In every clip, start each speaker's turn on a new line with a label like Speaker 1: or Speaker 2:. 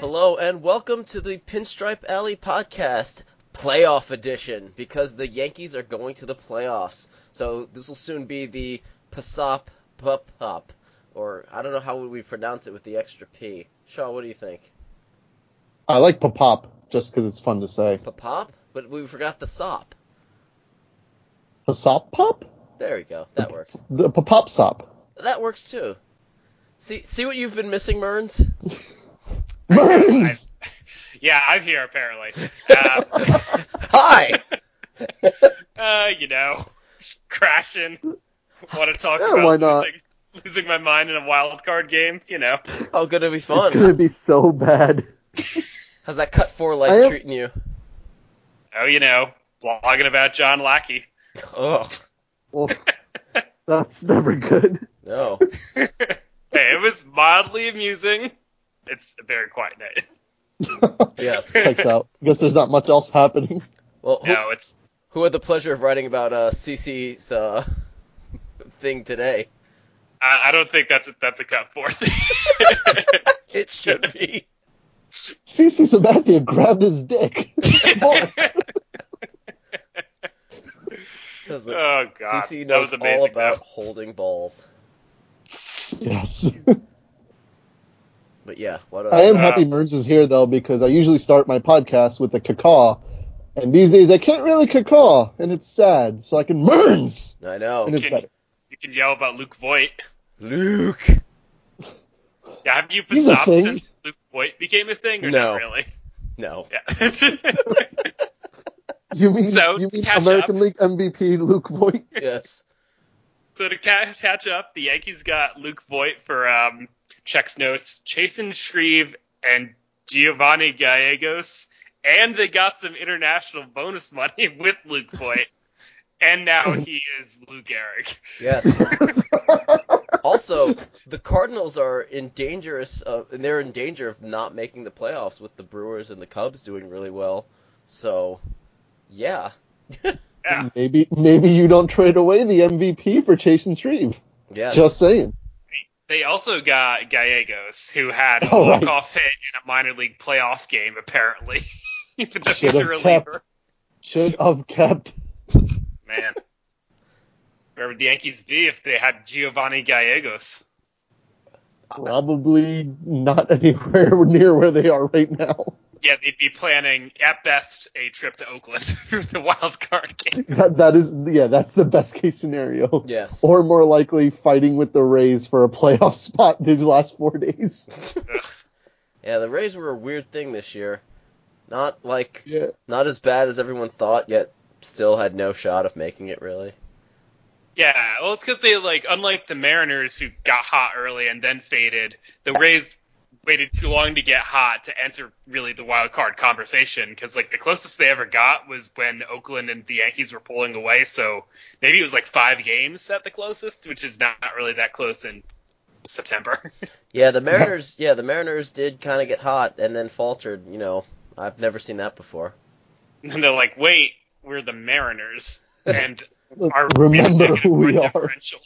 Speaker 1: Hello and welcome to the Pinstripe Alley podcast, playoff edition, because the Yankees are going to the playoffs. So this will soon be the Pasop Pup Pop, or I don't know how would we pronounce it with the extra P. Shaw, what do you think?
Speaker 2: I like Papop just because it's fun to say.
Speaker 1: Papop? But we forgot the sop.
Speaker 2: Pasop Pop?
Speaker 1: There we go. That works.
Speaker 2: The Papop Sop.
Speaker 1: That works too. See, see what you've been missing, Merns?
Speaker 2: Burns!
Speaker 3: Yeah, I'm here apparently. Uh,
Speaker 1: Hi!
Speaker 3: uh, you know, crashing. Want to talk
Speaker 2: Yeah,
Speaker 3: about
Speaker 2: why not?
Speaker 3: Losing, losing my mind in a wild card game? You know,
Speaker 1: How good it be
Speaker 2: It's going to
Speaker 1: fun?
Speaker 2: be so bad.
Speaker 1: How's that cut four
Speaker 2: I
Speaker 1: life
Speaker 2: am-
Speaker 1: treating you?
Speaker 3: oh, you know, blogging about John Lackey.
Speaker 1: Oh,
Speaker 2: Well, that's never good.
Speaker 1: no.
Speaker 3: hey, it was mildly amusing. It's a very quiet night.
Speaker 1: Yes.
Speaker 2: Checks out. Guess there's not much else happening.
Speaker 1: Well, who,
Speaker 3: No, it's
Speaker 1: who had the pleasure of writing about uh, CC's uh, thing today?
Speaker 3: I, I don't think that's a, that's a cut fourth.
Speaker 1: It should be.
Speaker 2: CC Sabathia grabbed his dick. Boy,
Speaker 3: oh god,
Speaker 1: CC
Speaker 3: that
Speaker 1: knows
Speaker 3: was
Speaker 1: all
Speaker 3: amazing.
Speaker 1: about
Speaker 3: though.
Speaker 1: holding balls.
Speaker 2: yes.
Speaker 1: But yeah, what? A,
Speaker 2: I am
Speaker 3: Uh,
Speaker 2: happy Merns is here, though, because I usually start my podcast with a cacaw. And these days I can't really cacaw, and it's sad. So I can Merns!
Speaker 1: I know.
Speaker 2: And it's
Speaker 3: Can-
Speaker 2: better.
Speaker 3: You can yell about Luke Voigt.
Speaker 1: Luke.
Speaker 3: Yeah, have you
Speaker 2: He's a
Speaker 3: stopped
Speaker 2: thing.
Speaker 3: since Luke Voigt became a thing or
Speaker 1: No.
Speaker 3: not really?
Speaker 1: No.
Speaker 3: Yeah.
Speaker 2: You mean,
Speaker 3: So,
Speaker 2: you mean
Speaker 3: catch
Speaker 2: American League MVP Luke Voigt?
Speaker 1: Yes.
Speaker 3: so to ca- catch up, the Yankees got Luke Voigt for um, checks notes, Chasen Shreve, and Giovanni Gallegos, and they got some international bonus money with Luke Voigt. And
Speaker 2: Oh.
Speaker 3: now he is Luke Eric.
Speaker 1: Yes. also, the Cardinals are in dangerous of, and they're in danger of not making the playoffs with the Brewers and the Cubs doing really well. So, yeah.
Speaker 3: Yeah.
Speaker 2: Maybe maybe you don't trade away the MVP for Chase and Shreve.
Speaker 1: Yes.
Speaker 2: Just saying.
Speaker 3: They also got Gallegos, who had a
Speaker 2: Oh, right.
Speaker 3: walk-off hit in a minor league playoff game, apparently. Even though he's
Speaker 2: Should've
Speaker 3: a
Speaker 2: kept.
Speaker 3: reliever.
Speaker 2: Should have kept.
Speaker 3: Man. Where would the Yankees be if they had Giovanni Gallegos?
Speaker 2: Probably not anywhere near where they are right now.
Speaker 3: Yeah, they'd be planning at best a trip to Oakland for the wild card game.
Speaker 2: That that is yeah, that's the best case scenario.
Speaker 1: Yes.
Speaker 2: Or more likely fighting with the Rays for a playoff spot these last four days.
Speaker 1: Yeah, the Rays were a weird thing this year. Not like
Speaker 2: Yeah.
Speaker 1: not as bad as everyone thought, yet still had no shot of making it really.
Speaker 3: Yeah, well, it's because they like, unlike the Mariners who got hot early and then faded, the Rays waited too long to get hot to enter really the wild card conversation. Because like the closest they ever got was when Oakland and the Yankees were pulling away. So maybe it was like five games at the closest, which is not really that close in September.
Speaker 1: Yeah, the Mariners. yeah, the Mariners did kind of get hot and then faltered. You know, I've never seen that before.
Speaker 3: and they're like, wait, we're the Mariners, and
Speaker 2: Let's
Speaker 3: our
Speaker 2: remember who we are.
Speaker 3: differential.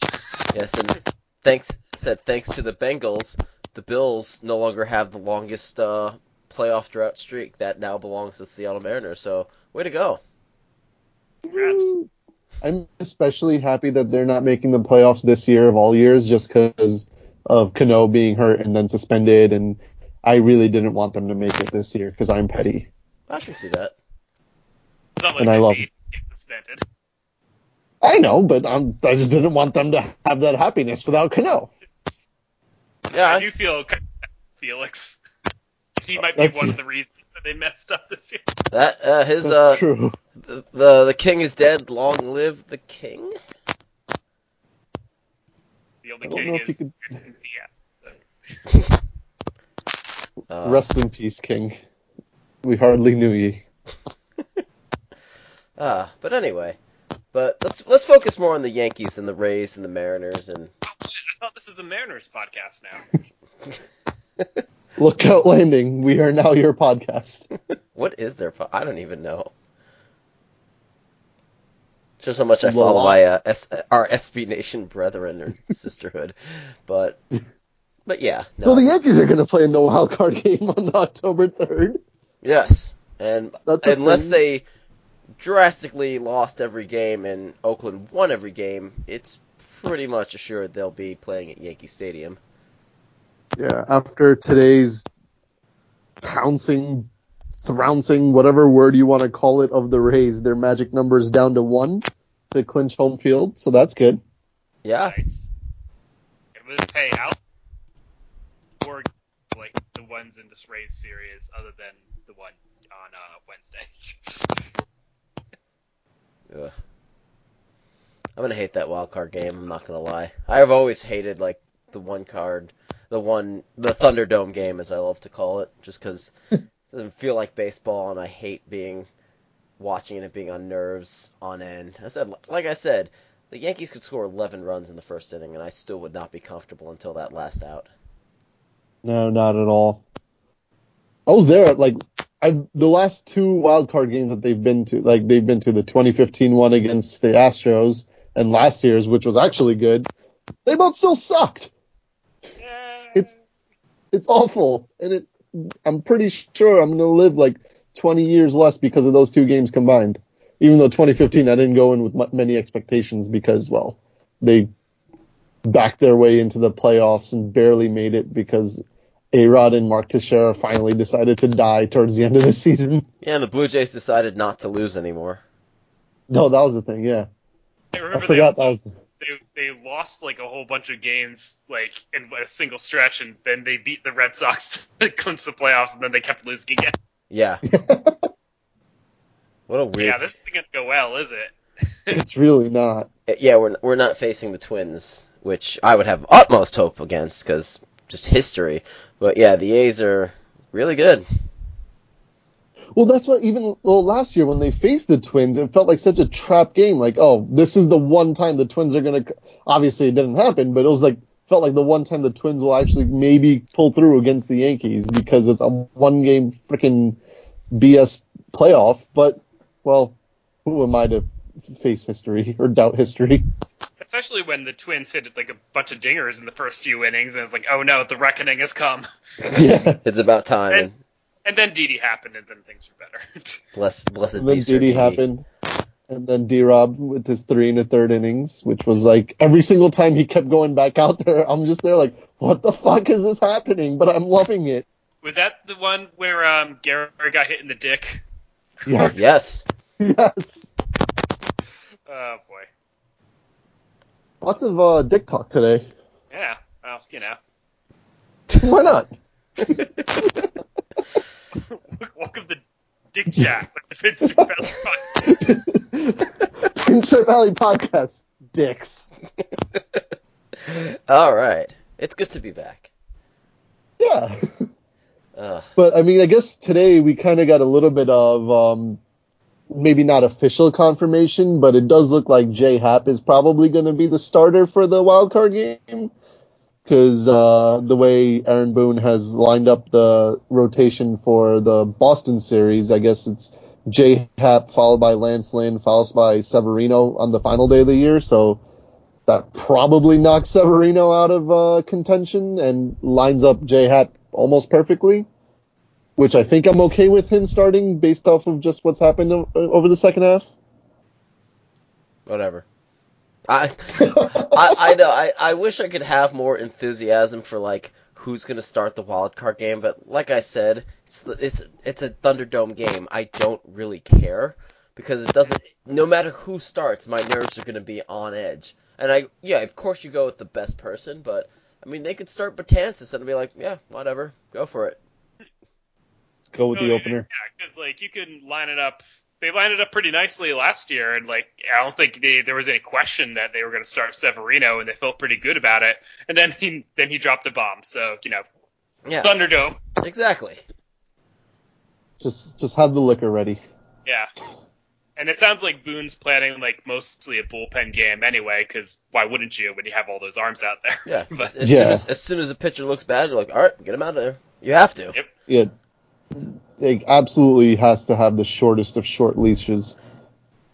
Speaker 1: Yes, and thanks said thanks to the Bengals, the Bills no longer have the longest uh, playoff drought streak that now belongs to the Seattle Mariners. So, way to go!
Speaker 3: Congrats.
Speaker 2: I'm especially happy that they're not making the playoffs this year of all years just because of Cano being hurt and then suspended. And I really didn't want them to make it this year because I'm petty.
Speaker 1: I can see that.
Speaker 3: It's not like
Speaker 2: And I
Speaker 3: they
Speaker 2: love-
Speaker 3: need to get suspended.
Speaker 2: I know, but I'm, I just didn't want them to have that happiness without Cano.
Speaker 1: Yeah,
Speaker 3: I
Speaker 1: I-
Speaker 3: do feel kind of bad for Felix. He might be
Speaker 2: That's-
Speaker 3: one of the reasons that they messed up this year.
Speaker 1: that uh, his
Speaker 2: That's
Speaker 1: uh,
Speaker 2: true.
Speaker 1: the the king is dead. Long live the king.
Speaker 3: The
Speaker 2: I
Speaker 3: only
Speaker 2: don't know
Speaker 3: king
Speaker 2: if
Speaker 3: is
Speaker 2: you could
Speaker 3: yeah.
Speaker 1: Uh,
Speaker 2: rest in peace, King. We hardly knew ye.
Speaker 1: Uh, but anyway, but let's let's focus more on the Yankees and the Rays and the Mariners and
Speaker 3: I thought this is a Mariners podcast now.
Speaker 2: Lookout Landing, we are now your podcast.
Speaker 1: what is their po- I don't even know. Shows how much I
Speaker 2: Well,
Speaker 1: follow
Speaker 2: I-
Speaker 1: my uh, S- our SB Nation brethren or sisterhood, but But yeah. No.
Speaker 2: So the Yankees are going to play in the wild card game on October 3rd.
Speaker 1: Yes, and
Speaker 2: That's a
Speaker 1: unless
Speaker 2: thing.
Speaker 1: they drastically lost every game and Oakland won every game, it's pretty much assured they'll be playing at Yankee Stadium.
Speaker 2: Yeah, after today's pouncing, trouncing, whatever word you want to call it, of the Rays, their magic number is down to one to clinch home field, so that's good.
Speaker 1: Yeah,
Speaker 3: Nice. It was hey out or like the ones in this Rays series, other than the one on uh, Wednesday.
Speaker 1: Ugh. I'm gonna hate that wild card game. I'm not gonna lie. I've always hated like the one card, the one, the Thunderdome game, as I love to call it, just because it doesn't feel like baseball, and I hate being watching it and being on nerves on end. I said, like I said, the Yankees could score 11 runs in the first inning, and I still would not be comfortable until that last out.
Speaker 2: No, not at all. I was there at like I the last two wild card games that they've been to, like they've been to the 2015 one against the Astros and last year's, which was actually good. They both still sucked.
Speaker 3: Yeah.
Speaker 2: It's it's awful, and it I'm pretty sure I'm gonna live like 20 years less because of those two games combined. Even though 2015, I didn't go in with mu- many expectations because well, they backed their way into the playoffs and barely made it because Arod and Mark Teixeira finally decided to die towards the end of the season.
Speaker 1: Yeah, and the Blue Jays decided not to lose anymore.
Speaker 2: No, that was the thing. Yeah,
Speaker 3: I
Speaker 2: I
Speaker 3: remember they,
Speaker 2: forgot that
Speaker 3: also,
Speaker 2: was.
Speaker 3: they they lost like a whole bunch of games like in a single stretch, and then they beat the Red Sox to clinch the playoffs, and then they kept losing again.
Speaker 1: Yeah. what a weird.
Speaker 3: Yeah, this isn't gonna go well, is it?
Speaker 2: It's really not.
Speaker 1: Uh, yeah, we're we're not facing the Twins, which I would have utmost hope against because just history. But yeah, the A's are really good.
Speaker 2: Well, that's what even well, last year when they faced the Twins, it felt like such a trap game. Like, oh, this is the one time the Twins are gonna. Obviously, it didn't happen, but it was like felt like the one time the Twins will actually maybe pull through against the Yankees because it's a one game freaking BS playoff. But well, who am I to face history or doubt history?
Speaker 3: Especially when the Twins hit like a bunch of dingers in the first few innings, and it's like, oh no, the reckoning has come.
Speaker 2: yeah.
Speaker 1: It's about time. And
Speaker 3: And and then Didi happened, and then things were better.
Speaker 1: bless blessed
Speaker 2: And then
Speaker 1: be Sir
Speaker 2: Diddy
Speaker 1: Didi.
Speaker 2: happened. And then D Rob with his three and a third innings, which was like every single time he kept going back out there, I'm just there like, what the fuck is this happening? But I'm loving it.
Speaker 3: Was that the one where um, Gary got hit in the dick?
Speaker 2: Yes.
Speaker 1: Yes,
Speaker 2: Yes.
Speaker 3: Oh boy.
Speaker 2: Lots of uh, dick talk today.
Speaker 3: Yeah. Well, you know.
Speaker 2: Why not?
Speaker 3: Welcome to Dick Jack with the Vince McMahon podcast.
Speaker 2: Pinstripe Valley Podcast. Dicks.
Speaker 1: all right. It's good to be back.
Speaker 2: Yeah.
Speaker 1: Ugh.
Speaker 2: But I mean, I guess today we kind of got a little bit of um, maybe not official confirmation, but it does look like J Hap is probably going to be the starter for the wild card game because uh, the way Aaron Boone has lined up the rotation for the Boston series, I guess it's J Hap followed by Lance Lynn, followed by Severino on the final day of the year. So. That probably knocks Severino out of uh, contention and lines up J Hap almost perfectly which I think I'm okay with him starting based off of just what's happened o- over the second half.
Speaker 1: Whatever. I I, I know. I, I wish I could have more enthusiasm for like who's gonna start the wild card game, but like I said, it's the- it's it's a Thunderdome game. I don't really care because it doesn't. No matter who starts, my nerves are gonna be on edge. And I yeah, of course you go with the best person, but I mean they could start Batansis and I'd be like, yeah, whatever, go for it.
Speaker 2: Go with the
Speaker 3: Oh,
Speaker 2: opener.
Speaker 3: Yeah, because like you can line it up. They lined it up pretty nicely last year, and like I don't think they, there was any question that they were going to start Severino, and they felt pretty good about it. And then he then he dropped a bomb, so you know
Speaker 1: Yeah,
Speaker 3: Thunderdome.
Speaker 1: exactly.
Speaker 2: Just just have the liquor ready.
Speaker 3: Yeah. And it sounds like Boone's planning like mostly a bullpen game anyway, because why wouldn't you when you have all those arms out there?
Speaker 1: Yeah.
Speaker 3: but
Speaker 1: As
Speaker 2: Yeah.
Speaker 1: soon as, as soon as a pitcher looks bad, you're like, all right, get him out of there. You have to.
Speaker 3: Yep.
Speaker 2: Yeah. It absolutely has to have the shortest of short leashes.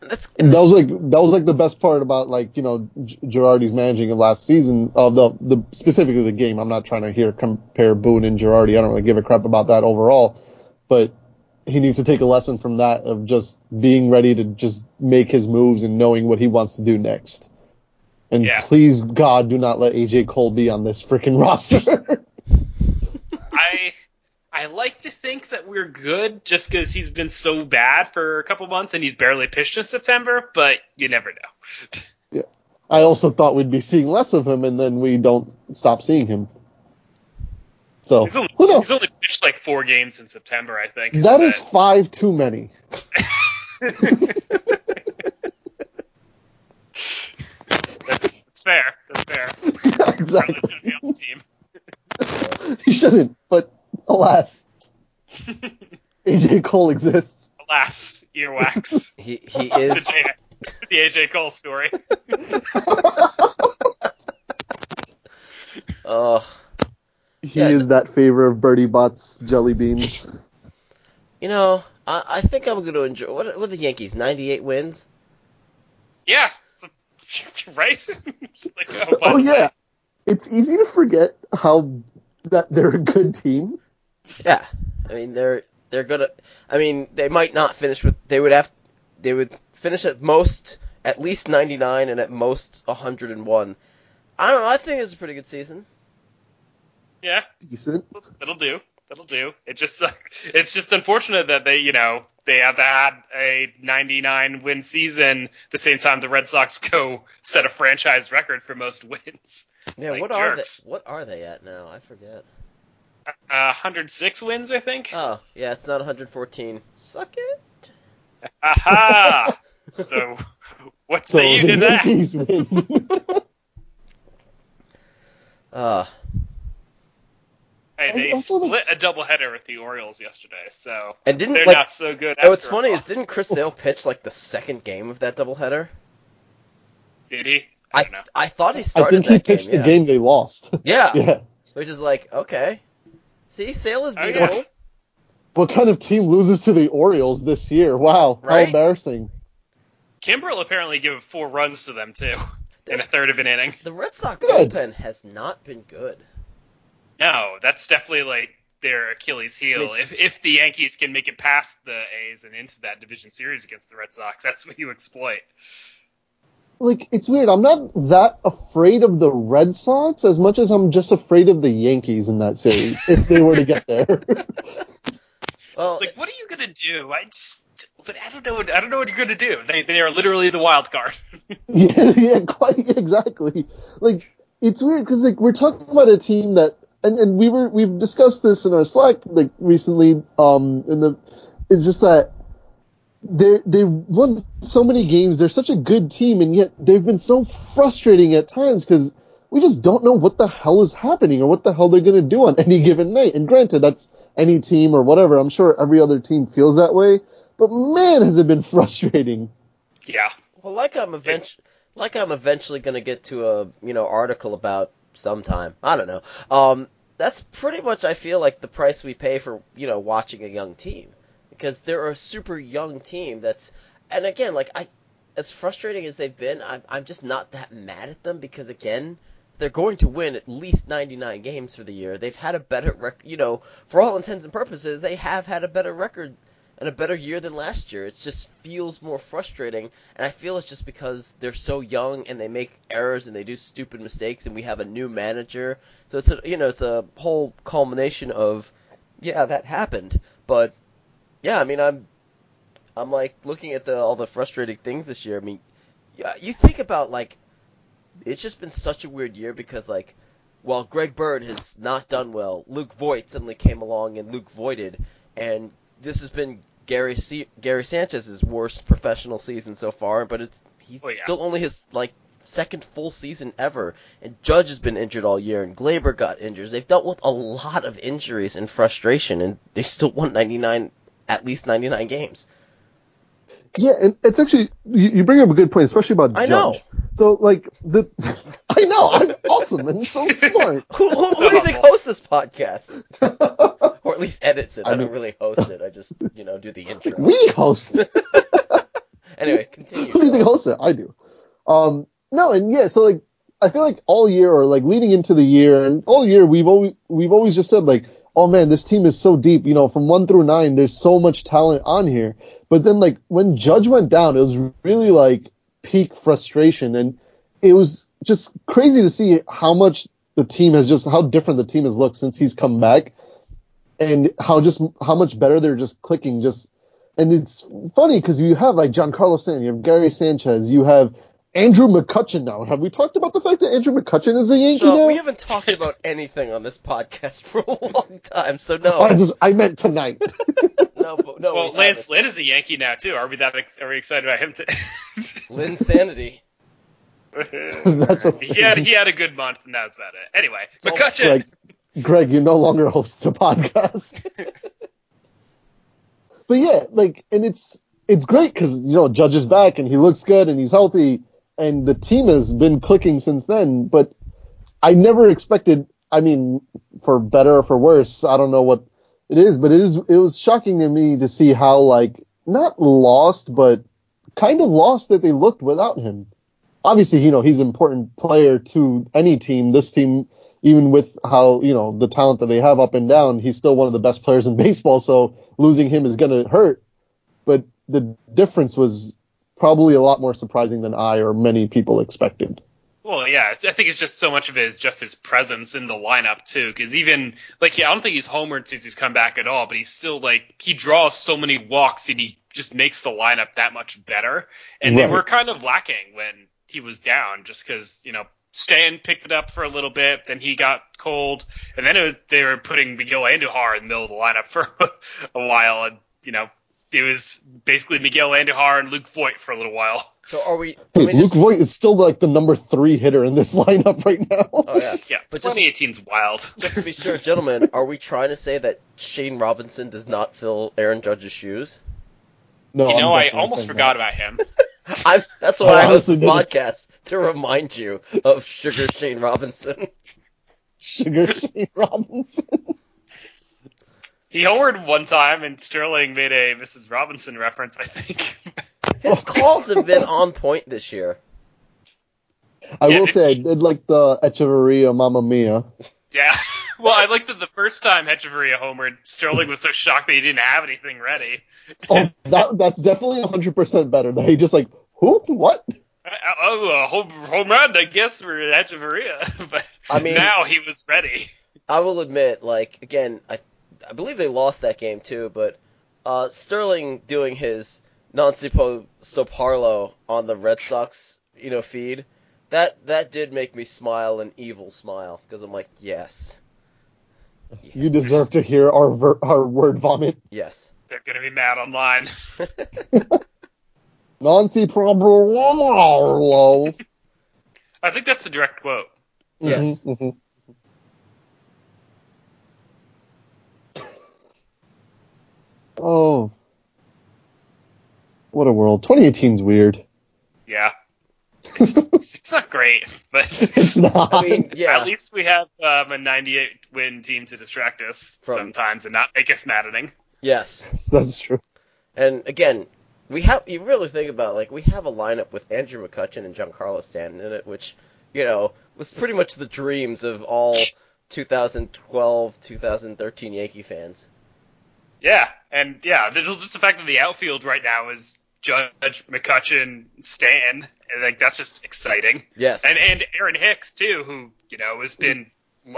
Speaker 1: That's
Speaker 2: And that was like that was like the best part about like you know G- Girardi's managing of last season of the the specifically the game. I'm not trying to here compare Boone and Girardi. I don't really give a crap about that overall, but he needs to take a lesson from that of just being ready to just make his moves and knowing what he wants to do next. And
Speaker 3: Yeah.
Speaker 2: please God, do not let AJ Cole be on this freaking roster.
Speaker 3: I I like to think that we're good just because he's been so bad for a couple months and he's barely pitched in September, but you never know.
Speaker 2: I also thought we'd be seeing less of him, and then we don't stop seeing him. So
Speaker 3: He's only,
Speaker 2: who knows?
Speaker 3: he's only pitched like four games in September, I think.
Speaker 2: That is five too many.
Speaker 3: that's, that's fair. That's fair.
Speaker 2: Yeah,
Speaker 3: Probably
Speaker 2: exactly.
Speaker 3: should be on the team.
Speaker 2: He shouldn't, but alas, AJ Cole exists.
Speaker 3: Alas, earwax.
Speaker 1: he he
Speaker 3: the,
Speaker 1: is
Speaker 3: J- the AJ Cole story.
Speaker 1: oh
Speaker 2: He
Speaker 1: Yeah.
Speaker 2: is that favor of Birdie Bot's jelly beans.
Speaker 1: you know, I, I think I'm gonna enjoy what are- what are the Yankees, ninety eight wins?
Speaker 3: Yeah. So- right? Just like, oh,
Speaker 2: Oh
Speaker 3: but-
Speaker 2: yeah, it's easy to forget how that they're a good team.
Speaker 1: Yeah. I mean they're they're gonna I mean, they might not finish with they would have they would finish at most at least ninety nine and at most hundred and one. I don't know, I think it's a pretty good season.
Speaker 3: Yeah.
Speaker 2: Decent.
Speaker 3: That'll do. That'll do. It just sucks. It's just unfortunate that they, you know, they have had a 99 win season. The same time the Red Sox go set a franchise record for most wins.
Speaker 1: Yeah,
Speaker 3: Like
Speaker 1: what
Speaker 3: jerks.
Speaker 1: are they what are they at now? I forget.
Speaker 3: Uh, 106 wins, I think.
Speaker 1: Oh, yeah, it's not 114. Suck it.
Speaker 3: Aha! so, what
Speaker 2: So
Speaker 3: say you
Speaker 2: the
Speaker 3: to that?
Speaker 2: Yankees win.
Speaker 1: Uh,
Speaker 3: Hey, they
Speaker 2: I also think-
Speaker 3: split a doubleheader with the Orioles yesterday, so
Speaker 1: and didn't
Speaker 3: they're
Speaker 1: like
Speaker 3: not so good.
Speaker 1: And what's
Speaker 3: after
Speaker 1: funny
Speaker 3: all.
Speaker 1: is didn't Chris Sale pitch like the second game of that doubleheader?
Speaker 3: did he? I
Speaker 1: I
Speaker 3: don't know.
Speaker 1: I thought he
Speaker 2: I
Speaker 1: started
Speaker 2: think he
Speaker 1: that
Speaker 2: pitched
Speaker 1: game.
Speaker 2: the game they lost.
Speaker 1: yeah. Yeah.
Speaker 2: yeah.
Speaker 1: which is like okay. See, Sale is
Speaker 3: Oh, yeah.
Speaker 1: beatable.
Speaker 2: What kind of team loses to the Orioles this year? Wow, how
Speaker 1: Right?
Speaker 2: embarrassing.
Speaker 3: Kimbrel apparently gave four runs to them too in a third of an inning.
Speaker 1: The Red Sox
Speaker 2: Good.
Speaker 1: bullpen has not been good.
Speaker 3: No, that's definitely like their Achilles heel. If if the Yankees can make it past the A's and into that division series against the Red Sox, that's what you exploit.
Speaker 2: like it's weird. I'm not that afraid of the Red Sox as much as I'm just afraid of the Yankees in that series if they were to get there.
Speaker 1: Well,
Speaker 3: Like, what are you gonna do? I just, but I don't know. I don't know what you're gonna do. They they are literally the wild card.
Speaker 2: yeah, yeah, quite exactly. Like it's weird because like we're talking about a team that and and we were we've discussed this in our Slack like recently. Um, in the it's just that. They they've won so many games. They're such a good team, and yet they've been so frustrating at times because we just don't know what the hell is happening or what the hell they're going to do on any given night. And granted, that's any team or whatever. I'm sure every other team feels that way. But man, has it been frustrating.
Speaker 3: Yeah.
Speaker 1: well, like I'm eventually like I'm eventually gonna get to a you know article about sometime. I don't know. Um, that's pretty much I feel like the price we pay for you know watching a young team because they're a super young team that's and again like I as frustrating as they've been I'm I'm just not that mad at them because again they're going to win at least 99 games for the year. They've had a better rec- you know for all intents and purposes they have had a better record and a better year than last year. It just feels more frustrating and I feel it's just because they're so young and they make errors and they do stupid mistakes and we have a new manager. So it's a, you know it's a whole culmination of yeah that happened, but yeah I mean I'm I'm like looking at the all the frustrating things this year. I mean yeah you think about like it's just been such a weird year because like while Greg Bird has not done well, Luke Voigt suddenly came along and Luke voided, and this has been Gary C- Gary Sanchez's worst professional season so far. But it's he's
Speaker 3: Oh, yeah.
Speaker 1: still only his like second full season ever, and Judge has been injured all year, and Glaber got injured. They've dealt with a lot of injuries and frustration, and they still won 99, at least 99 games.
Speaker 2: Yeah, and it's actually you, you bring up a good point, especially about
Speaker 1: I
Speaker 2: Judge.
Speaker 1: know.
Speaker 2: So like the, I know I'm awesome and so smart.
Speaker 1: Who, who, who do you think hosts this podcast? or at least edits it.
Speaker 2: I
Speaker 1: I, don't
Speaker 2: mean-
Speaker 1: really host it. I just, you know, do the intro.
Speaker 2: We host.
Speaker 1: Anyway,
Speaker 2: Who do you
Speaker 1: continue.
Speaker 2: think hosts it? I do. Um, no, and yeah, so like I feel like all year or like leading into the year and all year we've always we've always just said like, oh man, this team is so deep. You know, from one through nine, there's so much talent on here. But then like when Judge went down, it was really like peak frustration, and it was just crazy to see how much the team has just how different the team has looked since he's come back, and how just how much better they're just clicking just and it's funny because you have like Giancarlo Stanton, you have Gary Sanchez, you have Andrew McCutcheon now. Have we talked about the fact that Andrew McCutcheon is a Yankee
Speaker 1: Sean,
Speaker 2: now?
Speaker 1: we haven't talked about anything on this podcast for a long time, so no,
Speaker 2: Oh, I just I meant tonight.
Speaker 1: no, but- no.
Speaker 3: Well,
Speaker 1: we
Speaker 3: Lance
Speaker 1: haven't.
Speaker 3: Lynn is a Yankee now too. Are we that ex- are we excited about him?
Speaker 1: Lynn Sanity.
Speaker 3: To-
Speaker 2: That's a
Speaker 3: he had he had a good month, and that was about it. Anyway,
Speaker 1: Don't
Speaker 3: McCutcheon.
Speaker 2: Greg, Greg, you no longer host the podcast. but yeah, like, and it's it's great because you know Judge is back and he looks good and he's healthy and the team has been clicking since then. But I never expected. I mean, for better or for worse, I don't know what it is, but it is it was shocking to me to see how like not lost but kind of lost that they looked without him. Obviously, you know he's an important player to any team. This team, even with how you know the talent that they have up and down, he's still one of the best players in baseball. So losing him is going to hurt. But the difference was probably a lot more surprising than I or many people expected.
Speaker 3: Well, yeah, it's, I think it's just so much of it is just his presence in the lineup too. Because even like, yeah, I don't think he's homered since he's come back at all, but he's still like he draws so many walks and he just makes the lineup that much better. And they
Speaker 2: Right.
Speaker 3: were kind of lacking when he was down, just because you know Stan picked it up for a little bit, then he got cold, and then it was, they were putting Miguel Andujar in the middle of the lineup for a while, and you know it was basically Miguel Andujar and Luke Voigt for a little while.
Speaker 1: So are we?
Speaker 2: Hey,
Speaker 1: let me
Speaker 2: Luke
Speaker 1: just-
Speaker 2: Voigt is still like the number three hitter in this lineup right now.
Speaker 1: Oh yeah.
Speaker 3: Yeah,
Speaker 1: But just-
Speaker 3: 2018's wild.
Speaker 1: Just to be sure, gentlemen, are we trying to say that Shane Robinson does not fill Aaron Judge's shoes?
Speaker 2: No,
Speaker 3: you
Speaker 2: I'm
Speaker 3: know, I
Speaker 2: definitely
Speaker 3: almost
Speaker 2: saying that.
Speaker 3: forgot about him.
Speaker 1: I, that's
Speaker 2: I
Speaker 1: why I, host
Speaker 2: honestly
Speaker 1: this
Speaker 2: didn't.
Speaker 1: podcast to remind you of Sugar Shane Robinson.
Speaker 2: Sugar Shane Robinson.
Speaker 3: He homered one time, and Sterling made a Mrs. Robinson reference, I think.
Speaker 1: His calls have been on point this year.
Speaker 2: I
Speaker 3: Yeah,
Speaker 2: will
Speaker 3: did
Speaker 2: say I
Speaker 3: he-
Speaker 2: did like the Echeverria Mamma Mia.
Speaker 3: yeah. Well, I like that the first time Hecheveria homered, Sterling was so shocked that he didn't have anything ready.
Speaker 2: Oh, that that's definitely 100% better. That he just like who what?
Speaker 3: Uh, Oh, a home, home run, I guess, for Hecheveria. But
Speaker 1: I mean-
Speaker 3: now he was ready.
Speaker 1: I will admit, like again, I I believe they lost that game too, but uh, Sterling doing his Nancy Po Soparlo on the Red Sox, you know, feed that that did make me smile an evil smile because I'm like, yes,
Speaker 2: You deserve to hear our ver- our word vomit.
Speaker 1: yes.
Speaker 3: They're going to be mad online.
Speaker 2: Nancy Mm-hmm, Probrolo.
Speaker 3: I think that's the direct quote.
Speaker 1: Yes.
Speaker 2: Mhm, mhm. oh. What a world. 2018's weird.
Speaker 3: Yeah.
Speaker 2: it's
Speaker 3: It's not great, but
Speaker 2: not.
Speaker 1: I mean, yeah.
Speaker 3: at least we have um, a 98 win team to distract us
Speaker 1: From-
Speaker 3: sometimes and not make us maddening.
Speaker 1: Yes.
Speaker 2: That's true.
Speaker 1: And again, we have you really think about it, like we have a lineup with Andrew McCutcheon and Giancarlo Stanton in it, which you know was pretty much the dreams of all 2012, 2013 Yankee fans.
Speaker 3: Yeah, and yeah, there's just the fact that the outfield right now is Judge McCutcheon, Stan, and like that's just exciting.
Speaker 1: Yes.
Speaker 3: And and Aaron Hicks too, who you know has been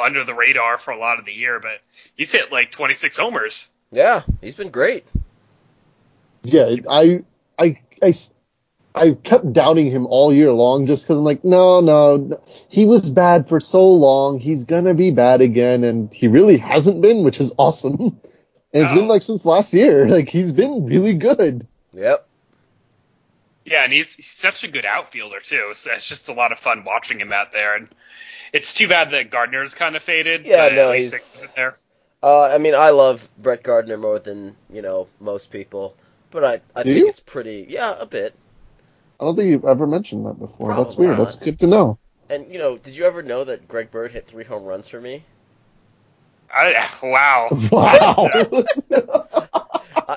Speaker 3: under the radar for a lot of the year, but he's hit like 26 homers.
Speaker 1: yeah, he's been great.
Speaker 2: Yeah, it- I, I, I, s- I kept doubting him all year long just because I'm like, no, no, no, he was bad for so long. He's gonna be bad again, and he really hasn't been, which is awesome. And it's
Speaker 3: Oh.
Speaker 2: been like since last year. Like he's been really good.
Speaker 1: Yep.
Speaker 3: Yeah, and he's, he's such a good outfielder too. So it's just a lot of fun watching him out there. And it's too bad that Gardner's kind of faded.
Speaker 1: Yeah,
Speaker 3: but
Speaker 1: no,
Speaker 3: at least
Speaker 1: he's-
Speaker 3: Hicks has been there.
Speaker 1: Uh, I mean, I love Brett Gardner more than you know most people, but I I
Speaker 2: Do
Speaker 1: think
Speaker 2: you?
Speaker 1: it's pretty yeah a bit.
Speaker 2: I don't think you've ever mentioned that before. That's
Speaker 1: Probably
Speaker 2: weird.
Speaker 1: not.
Speaker 2: That's good to know.
Speaker 1: And you know, did you ever know that Greg Bird hit three home runs for me?
Speaker 3: I, wow,
Speaker 2: Wow.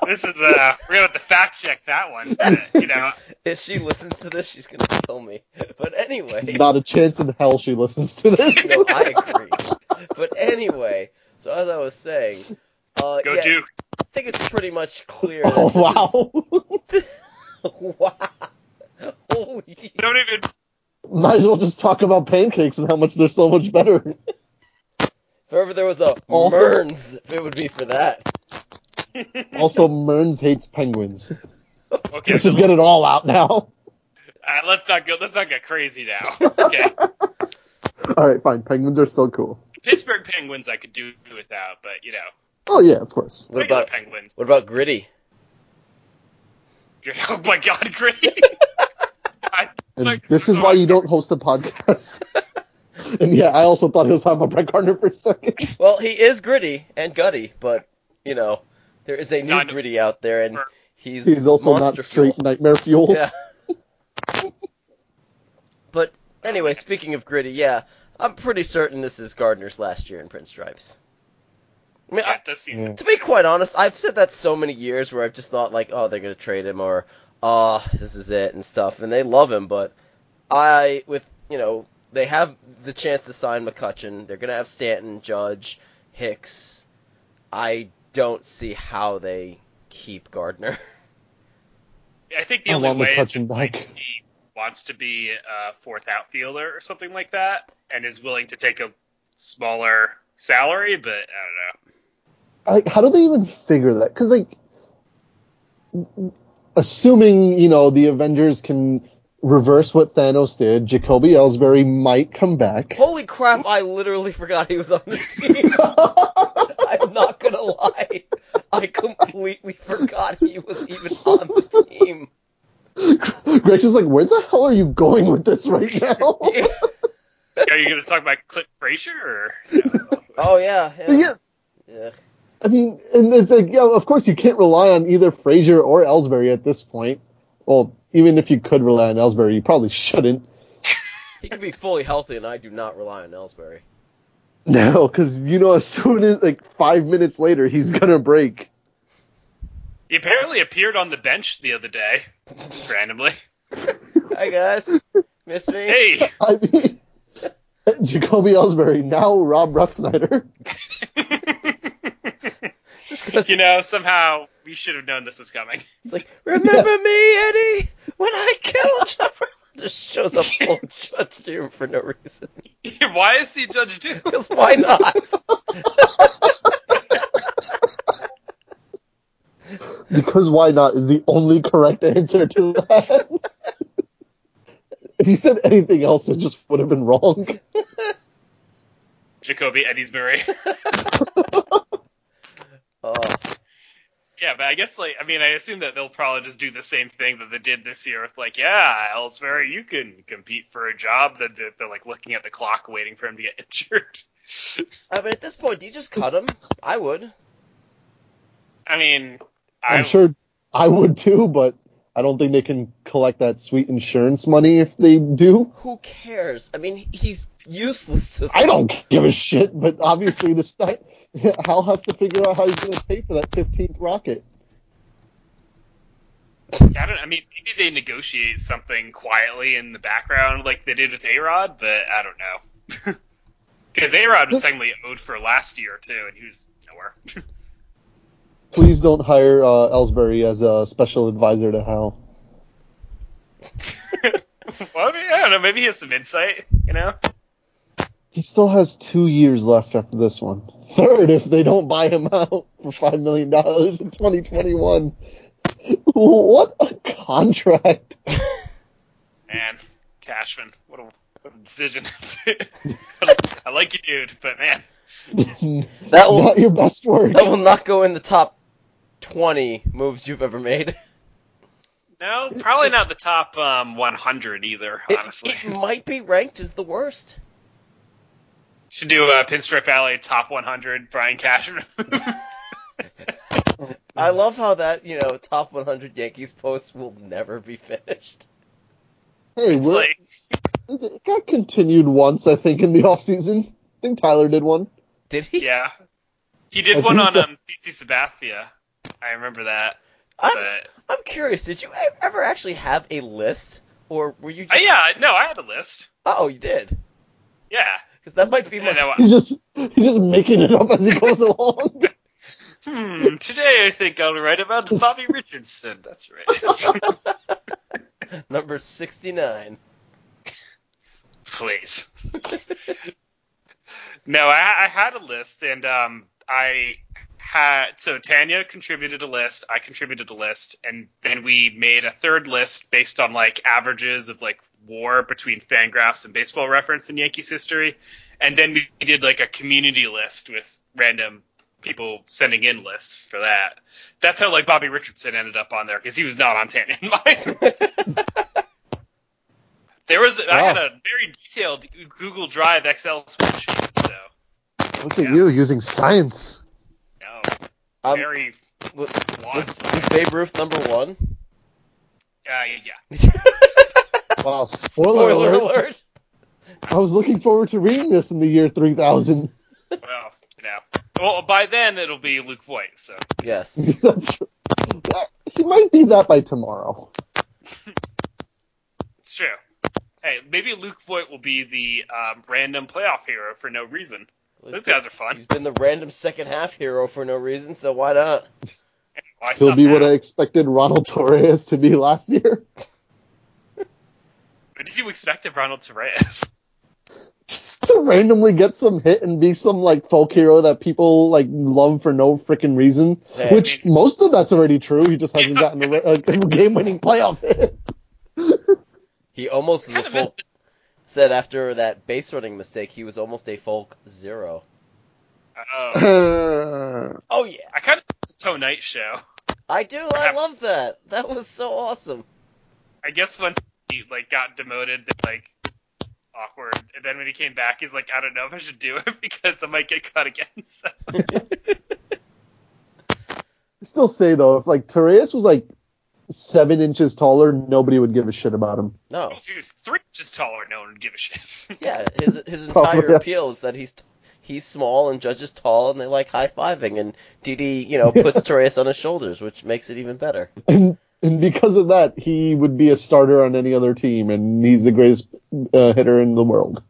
Speaker 3: this is uh, we're gonna have to fact check that one. but, you know,
Speaker 1: If she listens to this, she's gonna kill me. But anyway,
Speaker 2: Not a chance in hell she listens to this.
Speaker 1: no, I agree. But anyway, so as I was saying, uh,
Speaker 3: Go
Speaker 1: yeah,
Speaker 3: Duke.
Speaker 1: I think it's pretty much clear. that
Speaker 2: oh
Speaker 1: this
Speaker 2: wow.
Speaker 1: is- wow! Holy!
Speaker 3: Don't even.
Speaker 2: Might as well just talk about pancakes and how much they're so much better.
Speaker 1: If ever there was a
Speaker 2: Also-
Speaker 1: Merns, it would be for that.
Speaker 2: Also, Merns hates penguins.
Speaker 3: Okay.
Speaker 2: Let's just get it all out now.
Speaker 3: Uh, let's not go. Let's not get crazy now. Okay.
Speaker 2: All right, fine. Penguins are still cool.
Speaker 3: Pittsburgh Penguins, I could do without, but you know,
Speaker 2: Oh yeah, of course.
Speaker 1: What
Speaker 3: regular
Speaker 1: about
Speaker 3: Penguins.
Speaker 1: what about Gritty?
Speaker 3: Oh my God, great. I,
Speaker 2: And this is why you don't host a podcast. and yeah, I also thought he was talking about Brett Gardner for a second.
Speaker 1: Well, he is gritty and gutty, but you know, there is a
Speaker 3: He's
Speaker 1: new
Speaker 3: not-
Speaker 1: gritty out there, and he's
Speaker 2: He's also not
Speaker 1: monster
Speaker 2: straight
Speaker 1: fuel.
Speaker 2: nightmare fuel.
Speaker 1: Yeah. but anyway, speaking of gritty, yeah, I'm pretty certain this is Gardner's last year in Prince Stripes. I mean, I,
Speaker 3: Yeah, it does seem-
Speaker 2: Yeah.
Speaker 1: to be quite honest, I've said that so many years where I've just thought like, oh, they're gonna trade him or, ah, this is it and stuff, and they love him, but I with you know they have the chance to sign McCutcheon, they're gonna have Stanton, Judge, Hicks. I don't see how they keep Gardner.
Speaker 3: I think the
Speaker 2: I
Speaker 3: only
Speaker 2: want
Speaker 3: way is
Speaker 2: McCutcheon
Speaker 3: if
Speaker 2: back.
Speaker 3: he wants to be a fourth outfielder or something like that, and is willing to take a smaller salary. But I don't know.
Speaker 2: Like, how do they even figure that? Because like, assuming you know the Avengers can reverse what Thanos did, Jacoby Ellsbury might come back.
Speaker 1: Holy crap! I literally forgot he was on the team. I'm not gonna lie, I completely forgot he was even on the team.
Speaker 2: Greg's just like, where the hell are you going with this right now?
Speaker 1: Yeah.
Speaker 3: Are you going to talk about Clint Frazier? Or...
Speaker 1: Oh yeah,
Speaker 2: yeah.
Speaker 1: yeah. yeah.
Speaker 2: I mean, and it's like, yeah, of course you can't rely on either Frazier or Ellsbury at this point. Well, even if you could rely on Ellsbury, you probably shouldn't.
Speaker 1: He can be fully healthy, and I do not rely on Ellsbury.
Speaker 2: No, because you know, as soon as like five minutes later, he's gonna break.
Speaker 3: He apparently appeared on the bench the other day, just randomly.
Speaker 1: Hi guys, miss me?
Speaker 3: Hey,
Speaker 2: I mean, Jacoby Ellsbury now Rob Ruffsnyder.
Speaker 3: you know, somehow we should have known this was coming.
Speaker 1: It's like remember
Speaker 2: Yes.
Speaker 1: me, Eddie, when I killed Jeffrey. Just shows up full of Judge Doom for no reason.
Speaker 3: Why is he Judge Doom?
Speaker 1: Because why not?
Speaker 2: Because why not is the only correct answer to that. if he said anything else, it just would have been wrong.
Speaker 3: Jacoby Eddisbury.
Speaker 1: Oh,
Speaker 3: Yeah, but I guess like I mean I assume that they'll probably just do the same thing that they did this year with like yeah Ellsbury you can compete for a job that they're, they're like looking at the clock waiting for him to get injured.
Speaker 1: I mean, at this point, do you just cut him? I would.
Speaker 3: I mean I,
Speaker 2: I'm sure I would too, but I don't think they can collect that sweet insurance money if they do.
Speaker 1: Who cares? I mean, he's useless to them.
Speaker 2: I don't give a shit, but obviously this Hal has to figure out how he's going to pay for that 15th rocket.
Speaker 3: I don't I mean maybe they negotiate something quietly in the background like they did with Arod but I don't know because Arod was suddenly owed for last year too and he was nowhere.
Speaker 2: Please don't hire uh, Ellsbury as a special advisor to Hal.
Speaker 3: well, I, mean, I don't know maybe he has some insight you know.
Speaker 2: He still has two years left after this one. Third, if they don't buy him out for five million dollars in 2021. What a contract!
Speaker 3: Man, Cashman, what a, what a decision. I like you, dude, but man,
Speaker 1: That will
Speaker 2: Not your best work.
Speaker 1: that will not go in the top twenty moves you've ever made.
Speaker 3: no, probably not the top um, 100 either,
Speaker 1: It,
Speaker 3: honestly.
Speaker 1: it might be ranked as the worst.
Speaker 3: Should do a Pinstripe Alley top 100 Brian Cashman.
Speaker 1: I love how that, you know, top 100 Yankees post will never be finished.
Speaker 2: Hey,
Speaker 3: it's
Speaker 2: we're,
Speaker 3: like,
Speaker 2: it got continued once, I think, in the offseason. I think Tyler did one.
Speaker 1: Did he?
Speaker 3: yeah. He did
Speaker 2: I
Speaker 3: one
Speaker 2: think
Speaker 3: on
Speaker 2: so.
Speaker 3: um, CC Sabathia. I remember that.
Speaker 1: I'm,
Speaker 3: But
Speaker 1: I'm curious. Did you e- ever actually have a list, or were you?
Speaker 3: uh,
Speaker 1: Just,
Speaker 3: yeah, no, I had a list.
Speaker 1: Oh, you did.
Speaker 3: Yeah.
Speaker 1: Because that might be
Speaker 3: You
Speaker 1: my.
Speaker 3: know,
Speaker 2: He's just he's just making it up as he goes along.
Speaker 3: hmm, today I think I'll write about Bobby Richardson. That's right.
Speaker 1: Number 69.
Speaker 3: Please. No, I, I had a list, and um, I had so Tanya contributed a list, I contributed a list, and then we made a third list based on like averages of like war between Fangraphs and Baseball Reference in Yankees history, and then we did like a community list with random people sending in lists for that. That's how like Bobby Richardson ended up on there because he was not on Tanya and mine. There was I had a very detailed Google Drive Excel spreadsheet, so.
Speaker 2: Look at you using science.
Speaker 3: No,
Speaker 1: Um,
Speaker 3: very Uh,
Speaker 1: was, was,
Speaker 3: lost.
Speaker 1: was Babe Ruth number one?
Speaker 3: Uh, yeah,
Speaker 2: Wow, spoiler, alert.
Speaker 1: alert.
Speaker 2: I was looking forward to reading this in the year 3000.
Speaker 3: well, you know. Well, by then it'll be Luke Voigt, so.
Speaker 1: Yes.
Speaker 2: That's true. Yeah, he might be that by tomorrow.
Speaker 3: It's true. Hey, maybe Luke Voigt will be the um, random playoff hero for no reason. Those guys are fun.
Speaker 1: He's been the random second half hero for no reason, so why not?
Speaker 3: Why
Speaker 2: He'll
Speaker 3: stop
Speaker 2: be what
Speaker 3: now?
Speaker 2: I expected Ronald Torres to be last year.
Speaker 3: What did you expect of Ronald Torres?
Speaker 2: Just to randomly get some hit and be some like folk hero that people like love for no freaking reason.
Speaker 1: Hey.
Speaker 2: Which most of that's already true. He just hasn't gotten a, a game-winning playoff hit.
Speaker 1: He almost was a
Speaker 3: Kind of
Speaker 1: folk.
Speaker 3: missed it.
Speaker 1: Said after that base running mistake, he was almost a folk zero.
Speaker 3: Oh,
Speaker 2: That's
Speaker 1: Oh yeah,
Speaker 3: I kind of missed the Toe Night show.
Speaker 1: I do. I love that. That was so awesome.
Speaker 3: I guess once he like got demoted, they, like awkward. And then when he came back, he's like, I don't know if I should do it because I might get cut again. So.
Speaker 2: Still say though, if like Torres was like seven inches taller, nobody would give a shit about him.
Speaker 1: No,
Speaker 3: If he was three inches taller, no one would give a shit.
Speaker 1: yeah, his his
Speaker 2: Probably,
Speaker 1: entire
Speaker 2: yeah.
Speaker 1: appeal is that he's he's small and judges tall, and they like high fiving, and Didi, you know, puts Torres on his shoulders, which makes it even better.
Speaker 2: And and because of that, he would be a starter on any other team, and he's the greatest uh, hitter in the world.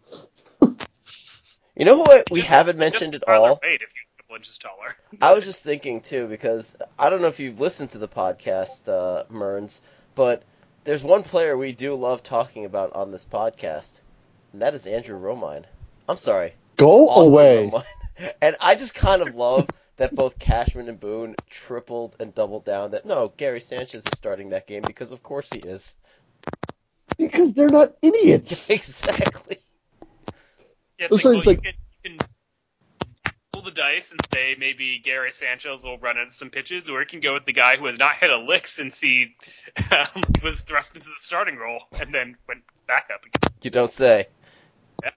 Speaker 1: You know what we
Speaker 3: Just-
Speaker 1: haven't mentioned
Speaker 3: just
Speaker 1: at
Speaker 3: Tyler
Speaker 1: all?
Speaker 3: Wade if you were a couple inches taller.
Speaker 1: I was just thinking too because I don't know if you've listened to the podcast, uh, Merns, but there's one player we do love talking about on this podcast, and that is Andrew Romine. I'm sorry,
Speaker 2: Go
Speaker 1: Austin
Speaker 2: away.
Speaker 1: Romine. And I just kind of love that both Cashman and Boone tripled and doubled down that no, Gary Sanchez is starting that game because of course he is.
Speaker 2: Because they're not idiots.
Speaker 1: Exactly.
Speaker 3: Yeah,
Speaker 2: That's
Speaker 3: it's
Speaker 2: what
Speaker 3: like, well,
Speaker 2: it's
Speaker 3: you, can, you can pull the dice and say maybe Gary Sanchez will run into some pitches, or you can go with the guy who has not hit a lick since he um, was thrust into the starting role and then went back up again.
Speaker 1: You don't say.
Speaker 3: Yep.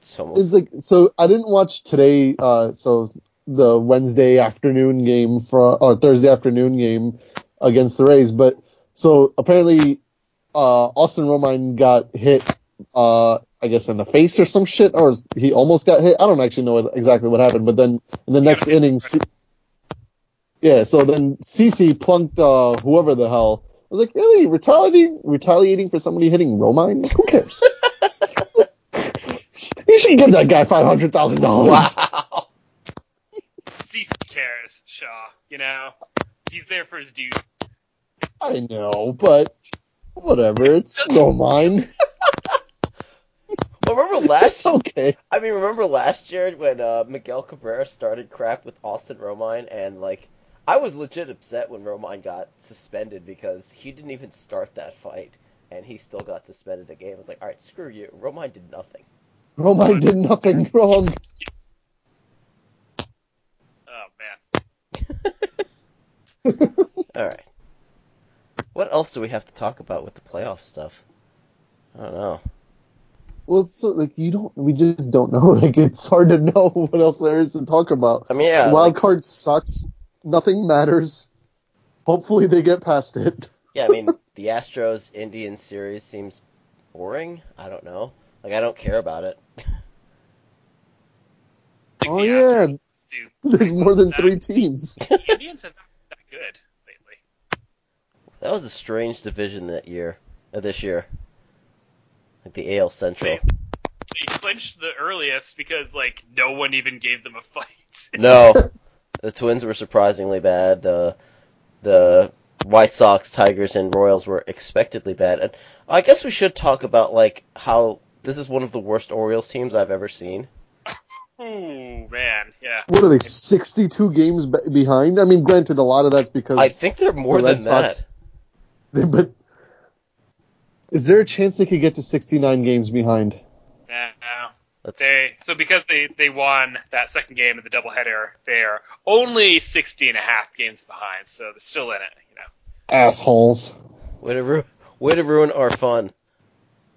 Speaker 1: It's almost-
Speaker 2: It's like so. I didn't watch today. Uh, so the Wednesday afternoon game for or Thursday afternoon game against the Rays. But so apparently, uh, Austin Romine got hit. Uh, I guess in the face or some shit, or he almost got hit. I don't actually know what, exactly what happened. But then in the next
Speaker 3: hit.
Speaker 2: inning, C- yeah. So then CC plunked uh, whoever the hell. I was like, really retaliating, retaliating for somebody hitting Romine? Like, who cares? You should give that guy five hundred thousand dollars.
Speaker 1: wow.
Speaker 3: CC cares, Shaw. You know, he's there for his dude.
Speaker 2: I know, but whatever. It's no mine.
Speaker 1: Well, remember
Speaker 2: It's
Speaker 1: last
Speaker 2: okay.
Speaker 1: I mean, remember last year when uh, Miguel Cabrera started crap with Austin Romine, and like I was legit upset when Romine got suspended because he didn't even start that fight, and he still got suspended a game. I was like, all right, screw you. Romine did nothing.
Speaker 2: Romine did nothing wrong.
Speaker 3: Oh man,
Speaker 1: All right. What else do we have to talk about with the playoff stuff? I don't know.
Speaker 2: Well, it's so like you don't. We just don't know. Like it's hard to know what else there is to talk about.
Speaker 1: I mean, yeah,
Speaker 2: Wild
Speaker 1: like-
Speaker 2: card sucks. Nothing matters. Hopefully they get past it.
Speaker 1: yeah, I mean, the Astros Indians series seems boring. I don't know. Like I don't care about it.
Speaker 3: Like,
Speaker 2: Oh
Speaker 3: the
Speaker 2: yeah,
Speaker 3: Astros do-
Speaker 2: there's more than three teams.
Speaker 3: The Indians have not been that good lately.
Speaker 1: That was a strange division that year, uh, this year. Like the AL Central.
Speaker 3: They clinched the earliest because like no one even gave them a fight.
Speaker 1: No, the Twins were surprisingly bad. The the White Sox, Tigers, and Royals were expectedly bad. And I guess we should talk about like how this is one of the worst Orioles teams I've ever seen.
Speaker 3: oh man, yeah.
Speaker 2: What are they? Sixty-two games be- behind. I mean, granted, a lot of that's because.
Speaker 1: I think they're more
Speaker 2: The
Speaker 1: than
Speaker 2: Red Sox-
Speaker 1: that.
Speaker 2: But is there a chance they could get to sixty-nine games behind?
Speaker 3: Nah, nah.
Speaker 1: That's,
Speaker 3: They so because they they won that second game of the doubleheader, they're only 60 and a half games behind, so they're still in it. You know,
Speaker 2: Assholes.
Speaker 1: way to ru- way to ruin our fun.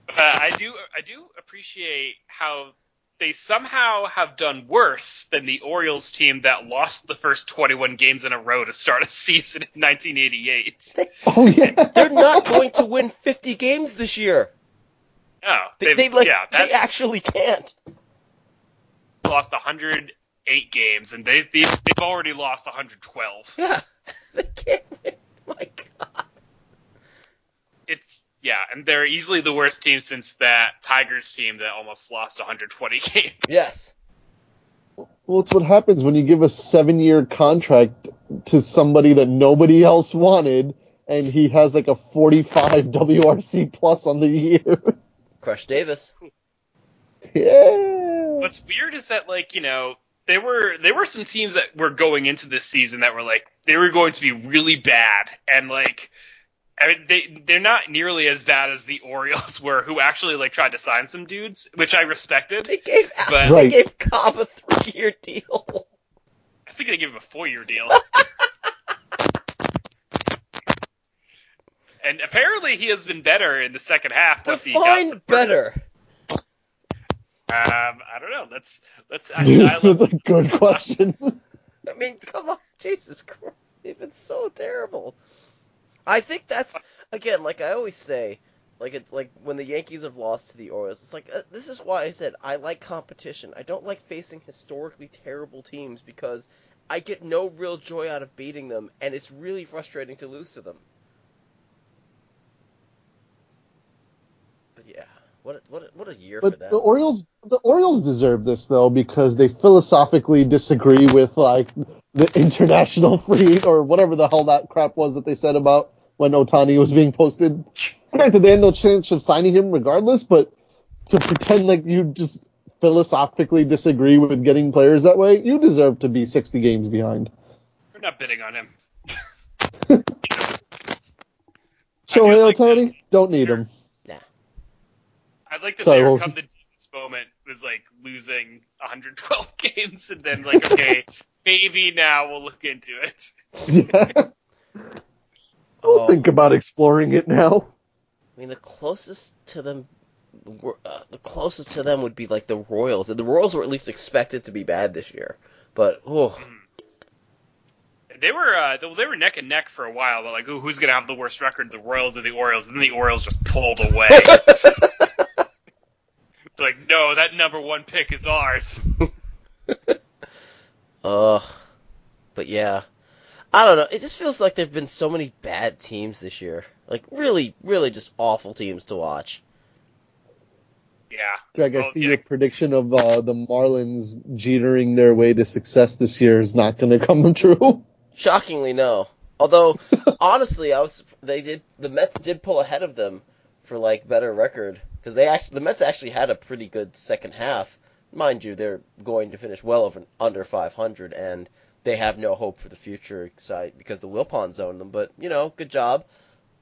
Speaker 3: but I do I do appreciate how they somehow have done worse than the Orioles team that lost the first 21 games in a row to start a season in 1988.
Speaker 2: Oh yeah.
Speaker 1: They're not going to win 50 games this year.
Speaker 3: No,
Speaker 1: They,
Speaker 3: they've-
Speaker 1: they like
Speaker 3: yeah,
Speaker 1: they
Speaker 3: that's
Speaker 1: actually can't.
Speaker 3: lost 108 games, and they they've, they've already lost 112.
Speaker 1: Yeah, they can't. win. My God.
Speaker 3: It's yeah, and they're easily the worst team since that Tigers team that almost lost 120 games.
Speaker 1: Yes.
Speaker 2: Well, it's what happens when you give a seven-year contract to somebody that nobody else wanted, and he has like a forty-five WRC plus on the year.
Speaker 1: Crush Davis.
Speaker 2: yeah.
Speaker 3: What's weird is that like you know there were there were some teams that were going into this season that were like they were going to be really bad and like I mean, they they're not nearly as bad as the Orioles were who actually like tried to sign some dudes which I respected.
Speaker 1: They gave
Speaker 3: But-
Speaker 1: they
Speaker 2: Right.
Speaker 1: gave Cobb a three year deal.
Speaker 3: I think they gave him a four year deal. and apparently he has been better in the second half once he got
Speaker 1: Define
Speaker 3: some-
Speaker 1: better.
Speaker 3: Um, I don't know. Let's let's. I, I
Speaker 2: That's
Speaker 3: love,
Speaker 2: a good question.
Speaker 1: I mean, come on, Jesus Christ, they've been so terrible. I think that's again, like I always say, like it's like when the Yankees have lost to the Orioles, it's like uh, this is why I said I like competition. I don't like facing historically terrible teams because I get no real joy out of beating them, and it's really frustrating to lose to them. But yeah, what a, what a, what a year for
Speaker 2: But
Speaker 1: that.
Speaker 2: the Orioles, the Orioles deserve this though because they philosophically disagree with like the international fleet or whatever the hell that crap was that they said about when Otani was being posted. Granted, they had no chance of signing him regardless, but to pretend like you just philosophically disagree with getting players that way, you deserve to be 60 games behind.
Speaker 3: we're not bidding on him.
Speaker 2: So
Speaker 3: I do
Speaker 2: hey,
Speaker 3: like
Speaker 2: Otani,
Speaker 3: that.
Speaker 2: don't need him.
Speaker 1: nah.
Speaker 3: I'd like to
Speaker 2: Sorry,
Speaker 3: there
Speaker 2: well-
Speaker 3: come the Jesus moment was like losing 112 games and then like okay maybe now we'll look into it.
Speaker 2: Yeah. We'll
Speaker 1: Oh.
Speaker 2: think about exploring it now.
Speaker 1: I mean, the closest to them, were- uh, the closest to them would be like the Royals, and the Royals were at least expected to be bad this year. But oh,
Speaker 3: They were uh, they, they were neck and neck for a while, but like who, who's gonna have the worst record, the Royals or the Orioles? And then the Orioles just pulled away. like no, that number one pick is ours.
Speaker 1: ugh. But yeah, I don't know. It just feels like there've been so many bad teams this year. Like really, really, just awful teams to watch.
Speaker 3: Yeah,
Speaker 2: Greg, I
Speaker 3: Well,
Speaker 2: see
Speaker 3: Oh, yeah.
Speaker 2: your prediction of uh, the Marlins jetting their way to success this year is not going to come true.
Speaker 1: Shockingly, no. Although, honestly, I was they did the Mets did pull ahead of them for like better record because they actually the Mets actually had a pretty good second half, mind you. They're going to finish well over under 500, and they have no hope for the future side because the Wilpons own them. But you know, good job,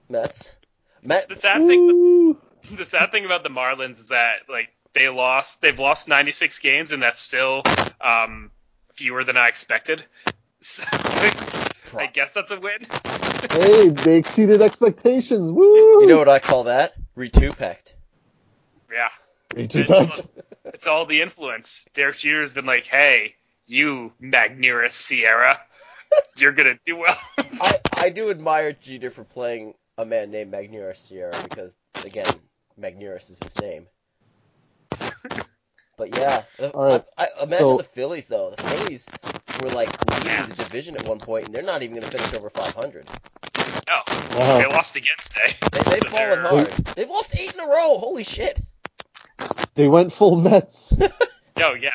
Speaker 1: Mets. Met
Speaker 3: The sad thing
Speaker 2: Ooh.
Speaker 3: the sad thing about the Marlins is that like they lost they've lost 96 games and that's still um, fewer than I expected. So, I guess that's a win.
Speaker 2: Hey, they exceeded expectations. Woo!
Speaker 1: you know what I call that? Retupect.
Speaker 3: Yeah,
Speaker 2: Two pack.
Speaker 3: it's all the influence. Derek Jeter's been like, "Hey, you Magnurus Sierra, you're gonna do well."
Speaker 1: I, I do admire Jeter for playing a man named Magnurus Sierra because again, Magnurus is his name. But yeah, the-
Speaker 2: All right,
Speaker 1: I, I imagine
Speaker 2: so-
Speaker 1: the Phillies though. The Phillies were like leading the division at one point, and they're not even going to finish over 500.
Speaker 3: No,
Speaker 2: Wow.
Speaker 3: they lost again today.
Speaker 1: They, they've
Speaker 3: So
Speaker 1: fallen
Speaker 3: they're-
Speaker 1: hard. They've lost eight in a row. Holy shit.
Speaker 2: They went full Mets.
Speaker 3: No, yeah.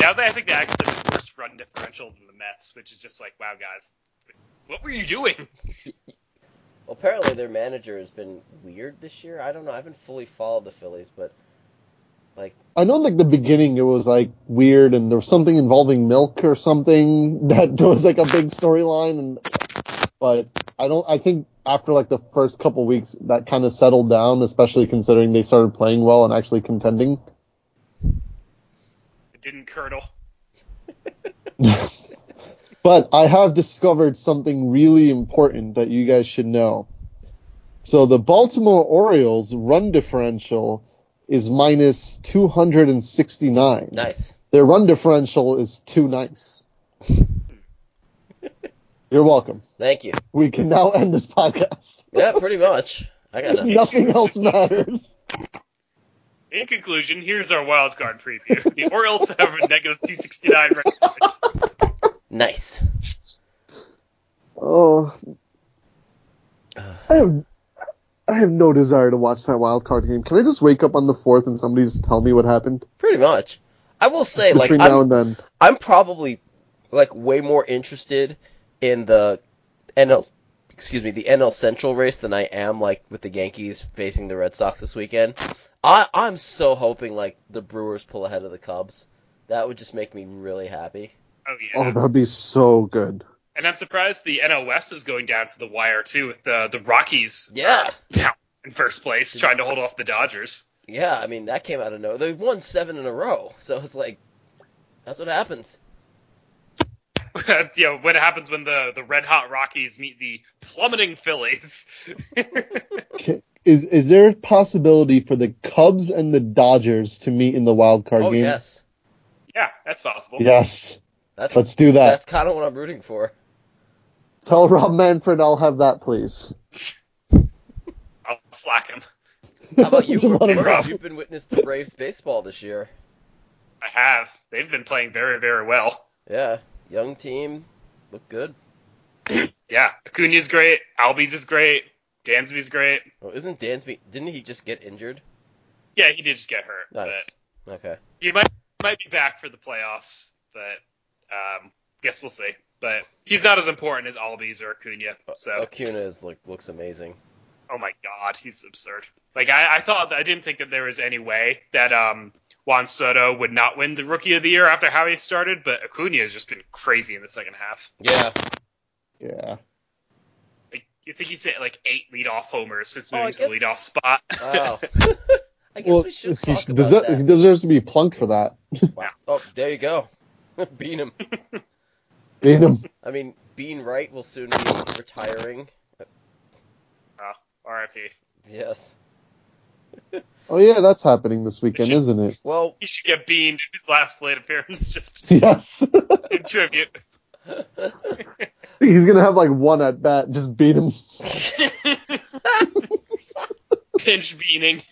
Speaker 3: Now that I think they actually have the worst run differential than the Mets, which is just like, wow, guys, what were you doing?
Speaker 1: Apparently, their manager has been weird this year. I don't know. I haven't fully followed the Phillies, but like,
Speaker 2: I know, like the beginning, it was like weird, and there was something involving milk or something that was like a big storyline. And but I don't. I think after like the first couple weeks, that kind of settled down, especially considering they started playing well and actually contending.
Speaker 3: It didn't curdle.
Speaker 2: But I have discovered something really important that you guys should know. So the Baltimore Orioles run differential is minus 269.
Speaker 1: nice.
Speaker 2: Their run differential is too nice. You're welcome.
Speaker 1: Thank you.
Speaker 2: We can now end this podcast.
Speaker 1: Yeah, pretty much. I got nothing.
Speaker 2: Nothing else matters.
Speaker 3: In conclusion, here's our wild card preview. The Orioles have a negative 269 record.
Speaker 1: Nice.
Speaker 2: Oh, I have, I have no desire to watch that wild card game. Can I just wake up on the fourth and somebody just tell me what happened
Speaker 1: Pretty much. I will say, like,
Speaker 2: between now
Speaker 1: I'm,
Speaker 2: and then?
Speaker 1: I'm probably like way more interested in the NL, excuse me, the NL Central race than I am like with the Yankees facing the Red Sox this weekend. I I'm so hoping like the Brewers pull ahead of the Cubs. That would just make me really happy.
Speaker 3: Oh, yeah.
Speaker 2: Oh, that'd be so good.
Speaker 3: And I'm surprised the NL West is going down to the wire, too, with the, the Rockies
Speaker 1: Yeah.
Speaker 3: now in first place, trying to hold off the Dodgers.
Speaker 1: Yeah, I mean that came out of nowhere. They've won seven in a row, so it's like that's what happens.
Speaker 3: you know, what happens when the, the red hot Rockies meet the plummeting Phillies?
Speaker 2: Ca- Is is there a possibility for the Cubs and the Dodgers to meet in the wild card
Speaker 1: Oh
Speaker 2: game?
Speaker 1: yes,
Speaker 3: yeah, that's possible.
Speaker 2: Yes.
Speaker 1: that's
Speaker 2: Let's do that.
Speaker 1: that's kind of what I'm rooting for.
Speaker 2: Tell Rob Manfred I'll have that, please.
Speaker 3: I'll slack him.
Speaker 1: How about you,
Speaker 2: Just let 'em
Speaker 1: Brave?
Speaker 2: go.
Speaker 1: You've been witness to Braves baseball this year.
Speaker 3: I have. They've been playing very, very well.
Speaker 1: Yeah, young team, look good.
Speaker 3: Yeah, Acuna's great. Albies is great. Dansby's great.
Speaker 1: Oh, isn't Dansby? Didn't he just get injured?
Speaker 3: Yeah, he did just get hurt,
Speaker 1: Nice.
Speaker 3: but
Speaker 1: Okay.
Speaker 3: he might might be back for the playoffs. But um, guess we'll see. But he's not as important as Albies or Acuna. Uh, So,
Speaker 1: Acuna is like looks amazing.
Speaker 3: oh my God, he's absurd. Like I, I thought, I didn't think that there was any way that um, Juan Soto would not win the Rookie of the Year after how he started. But Acuna has just been crazy in the second half.
Speaker 1: Yeah.
Speaker 2: Yeah.
Speaker 3: Like, you think he's hit like eight leadoff homers since
Speaker 1: Oh, I
Speaker 3: moving to the
Speaker 1: guess-
Speaker 3: leadoff spot.
Speaker 1: Wow. I guess
Speaker 2: Well,
Speaker 1: we
Speaker 2: he,
Speaker 1: should talk about
Speaker 2: deser- he
Speaker 1: that.
Speaker 2: deserves to be plunked for that.
Speaker 1: Wow. Oh, there you go. Bean him.
Speaker 2: Beat him.
Speaker 1: I mean, Bean Wright will soon be retiring.
Speaker 3: Oh, RIP.
Speaker 1: Yes.
Speaker 2: Oh yeah, that's happening this weekend,
Speaker 3: Should-
Speaker 2: isn't it?
Speaker 1: Well,
Speaker 3: He should get beamed in his last late appearance just
Speaker 2: Yes.
Speaker 3: in tribute.
Speaker 2: He's gonna have like one at bat. Just beat him.
Speaker 3: Pinch beaning.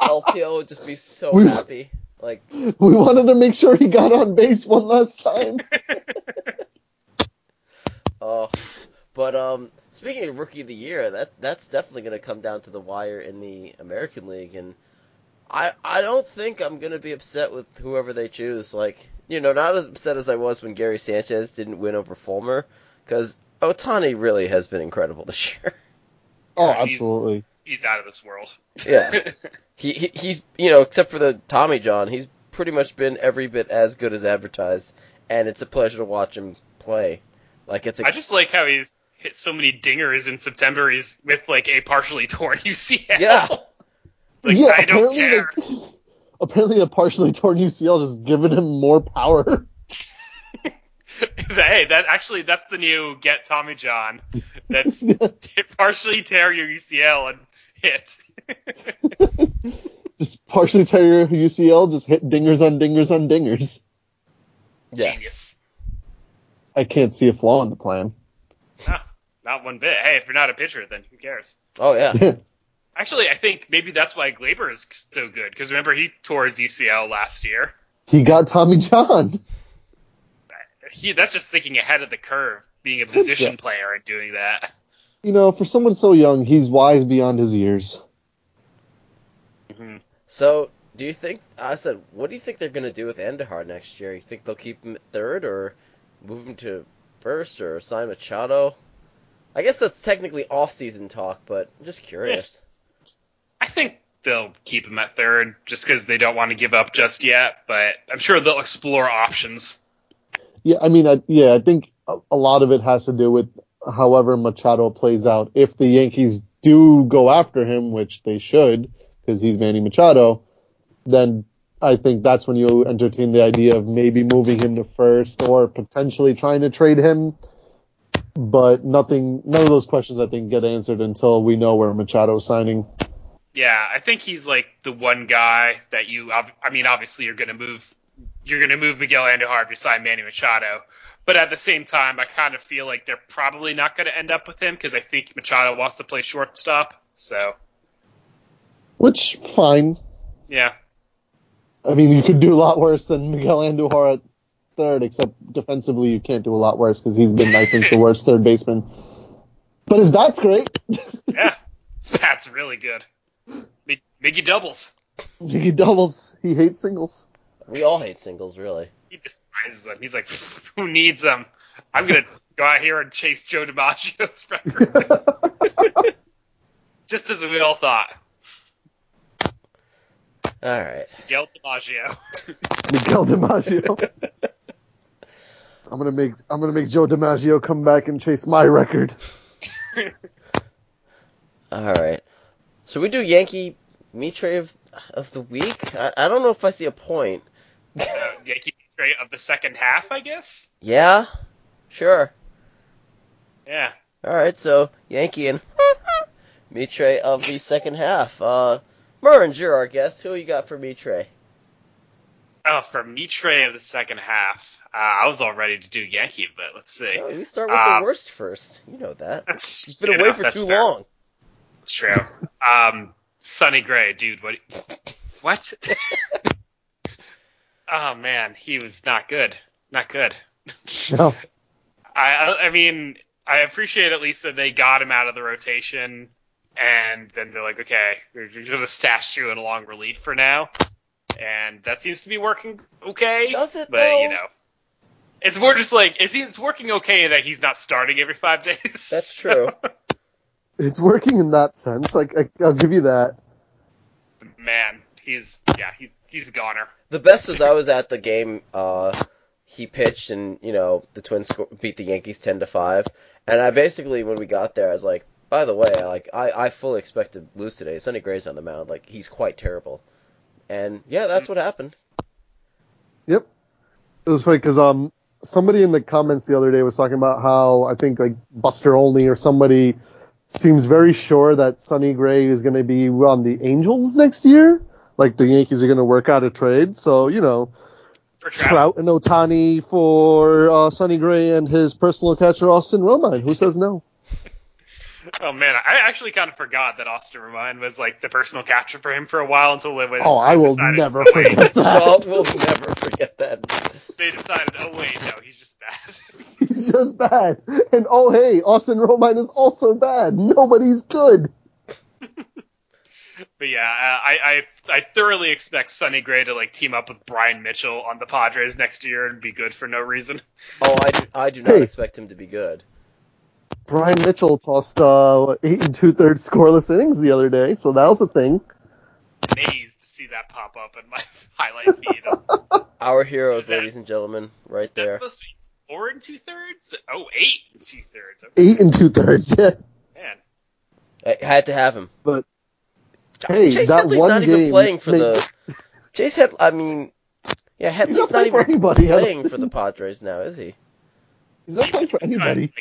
Speaker 1: LTO would just be so
Speaker 2: We-
Speaker 1: happy. Like,
Speaker 2: We wanted to make sure he got on base one last time.
Speaker 1: oh. But um, speaking of rookie of the year, that that's definitely going to come down to the wire in the American League, and I I don't think I'm going to be upset with whoever they choose. Like, you know, not as upset as I was when Gary Sanchez didn't win over Fulmer, because Otani really has been incredible this year.
Speaker 2: Oh,
Speaker 3: Yeah, he's-
Speaker 2: absolutely.
Speaker 3: He's out of this world.
Speaker 1: yeah, he, he he's you know except for the Tommy John, he's pretty much been every bit as good as advertised, and it's a pleasure to watch him play. Like it's
Speaker 3: I just like how he's hit so many dingers in September. He's with like a partially torn UCL.
Speaker 1: Yeah.
Speaker 3: It's like, I don't care.
Speaker 2: like, apparently, a partially torn UCL just giving him more power.
Speaker 3: hey, that actually that's the new get Tommy John. That's partially tear your UCL and hit.
Speaker 2: just partially tear your UCL. Just hit dingers on dingers on dingers.
Speaker 1: yes.
Speaker 3: Genius.
Speaker 2: I can't see a flaw in the plan.
Speaker 3: No, not one bit. Hey, if you're not a pitcher, then who cares?
Speaker 1: Oh yeah.
Speaker 3: Actually, I think maybe that's why Glaber is so good. Because remember, he tore his UCL last year.
Speaker 2: he got Tommy John.
Speaker 3: He that's just thinking ahead of the curve, being a position player and doing that.
Speaker 2: You know, for someone so young, he's wise beyond his years.
Speaker 1: So, do you think I said what do you think they're going to do with Andahar next year? You think they'll keep him at third or move him to first or sign Machado? I guess that's technically off-season talk, but I'm just curious.
Speaker 3: I think they'll keep him at third just because they don't want to give up just yet, but I'm sure they'll explore options.
Speaker 2: Yeah, I mean, I, yeah, I think a, a lot of it has to do with however Machado plays out. If the Yankees do go after him, which they should, because he's Manny Machado, then I think that's when you entertain the idea of maybe moving him to first or potentially trying to trade him. But nothing, none of those questions I think get answered until we know where Machado's signing.
Speaker 3: Yeah, I think he's like the one guy that you. ob- I mean, obviously you're gonna move, you're gonna move Miguel Andujar if you sign Manny Machado, but at the same time, I kind of feel like they're probably not gonna end up with him because I think Machado wants to play shortstop. So
Speaker 2: Which fine.
Speaker 3: yeah,
Speaker 2: I mean, you could do a lot worse than Miguel Andujar at third, except defensively you can't do a lot worse because he's been, I think, the worst third baseman. But his bat's great.
Speaker 3: yeah, that's really good. Mi- Miggy doubles.
Speaker 2: he doubles. He hates singles.
Speaker 1: We all hate singles, really.
Speaker 3: He despises them. He's like, who needs them? I'm gonna go out here and chase Joe DiMaggio's record, just as we all thought.
Speaker 1: All right.
Speaker 3: Miguel DiMaggio.
Speaker 2: Miguel DiMaggio. I'm gonna make I'm gonna make Joe DiMaggio come back and chase my record.
Speaker 1: All right. So we do Yankee meat tray of, of the week. I, I don't know if I see a point.
Speaker 3: uh, Yankee trade of the second half, I guess.
Speaker 1: Yeah. Sure.
Speaker 3: Yeah.
Speaker 1: All right. So Yankee and meat tray of the second half. Uh, Merns, you're our guest. Who you got for meat tray?
Speaker 3: Oh, for Mitre of the second half, uh, I was all ready to do Yankee, but let's see.
Speaker 1: No, we start with
Speaker 3: Um,
Speaker 1: the worst first. You know that.
Speaker 3: That's
Speaker 1: You've been
Speaker 3: you
Speaker 1: away
Speaker 3: know,
Speaker 1: for
Speaker 3: that's
Speaker 1: too
Speaker 3: fair.
Speaker 1: long.
Speaker 3: It's true. Um, Sonny Gray, dude, what? What? oh man, he was not good. Not good.
Speaker 2: No.
Speaker 3: I, I I mean, I appreciate at least that they got him out of the rotation, and then they're like, okay, we're just gonna stash you in a long relief for now, and that seems to be working okay.
Speaker 1: Does it,
Speaker 3: But
Speaker 1: though?
Speaker 3: you know, it's more just like is he? It's working okay that he's not starting every five days.
Speaker 1: That's
Speaker 3: So,
Speaker 1: true.
Speaker 2: It's working in that sense. Like I, I'll give you that.
Speaker 3: man, he's yeah, he's he's a goner.
Speaker 1: The best was I was at the game. Uh, he pitched, and you know the Twins sco- beat the Yankees ten to five. And I basically, when we got there, I was like, by the way, like I, I fully expect to lose today. Sonny Gray's on the mound, like he's quite terrible. And yeah, that's what happened.
Speaker 2: Yep. It was funny because um somebody in the comments the other day was talking about how I think like Buster Olney or somebody seems very sure that Sonny Gray is going to be on the Angels next year. Like the Yankees are going to work out a trade. So you know
Speaker 3: For Trout.
Speaker 2: Trout and Otani for uh, Sonny Gray and his personal catcher Austin Romine. Who says no?
Speaker 3: Oh man, I actually kind of forgot that Austin Romine was like the personal catcher for him for a while until they went.
Speaker 2: Oh, I will
Speaker 3: decided-
Speaker 2: never
Speaker 3: oh, wait.
Speaker 2: forget
Speaker 1: Well,
Speaker 2: that.
Speaker 1: we'll never forget that.
Speaker 3: they decided, oh wait, no, he's just bad.
Speaker 2: He's just bad. And oh hey, Austin Romine is also bad. Nobody's good.
Speaker 3: but yeah, uh, I, I I thoroughly expect Sonny Gray to like team up with Brian Mitchell on the Padres next year and be good for no reason.
Speaker 1: Oh, I do, I do not
Speaker 2: Hey.
Speaker 1: expect him to be good.
Speaker 2: Brian Mitchell tossed uh, eight and two thirds scoreless innings the other day, so that was a thing.
Speaker 3: Amazed to see that pop up in my highlight feed.
Speaker 1: Our heroes,
Speaker 3: Is that-
Speaker 1: ladies and gentlemen, right
Speaker 3: That's
Speaker 1: there.
Speaker 3: supposed to be four and two thirds. Oh, eight and two thirds. Oh,
Speaker 2: Eight and two thirds, yeah.
Speaker 3: man,
Speaker 1: I had to have him.
Speaker 2: But hey,
Speaker 1: Chase
Speaker 2: that
Speaker 1: Headley's
Speaker 2: one
Speaker 1: not even
Speaker 2: game
Speaker 1: playing for
Speaker 2: made-
Speaker 1: the. Chase Head, I mean, yeah,
Speaker 2: he's
Speaker 1: Headley's
Speaker 2: not
Speaker 1: not
Speaker 2: playing for
Speaker 1: even
Speaker 2: anybody.
Speaker 1: playing for the Padres now, is he?
Speaker 2: He's not playing for anybody.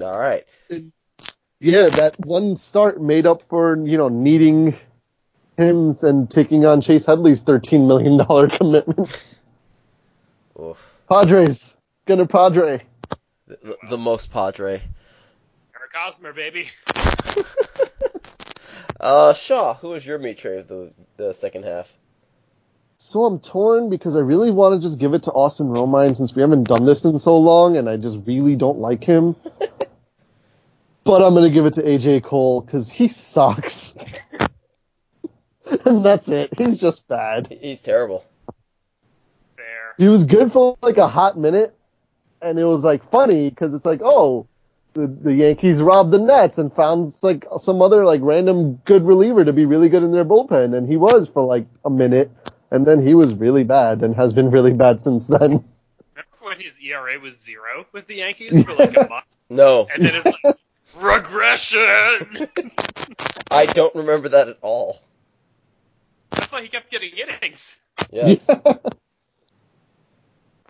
Speaker 1: All right.
Speaker 2: Yeah, that one start made up for you know needing him and taking on Chase Headley's thirteen million dollar commitment.
Speaker 1: Oof.
Speaker 2: Padres gonna Padre.
Speaker 1: The, the most Padre.
Speaker 3: Eric Hosmer, baby.
Speaker 1: Uh, Shaw, who was your meat tray of the, the second half?
Speaker 2: So I'm torn because I really want to just give it to Austin Romine since we haven't done this in so long, and I just really don't like him. but I'm gonna give it to AJ Cole because he sucks, and that's it. He's just bad.
Speaker 1: He's terrible.
Speaker 3: Fair.
Speaker 2: He was good for like a hot minute, and it was like funny because it's like, oh, the, the Yankees robbed the Nets and found like some other like random good reliever to be really good in their bullpen, and he was for like a minute, and then he was really bad and has been really bad since then.
Speaker 3: Remember when his ERA was zero with the Yankees for like a month,
Speaker 1: No,
Speaker 3: and then it's like regression.
Speaker 1: I don't remember that at all.
Speaker 3: That's why he kept getting innings.
Speaker 1: Yes.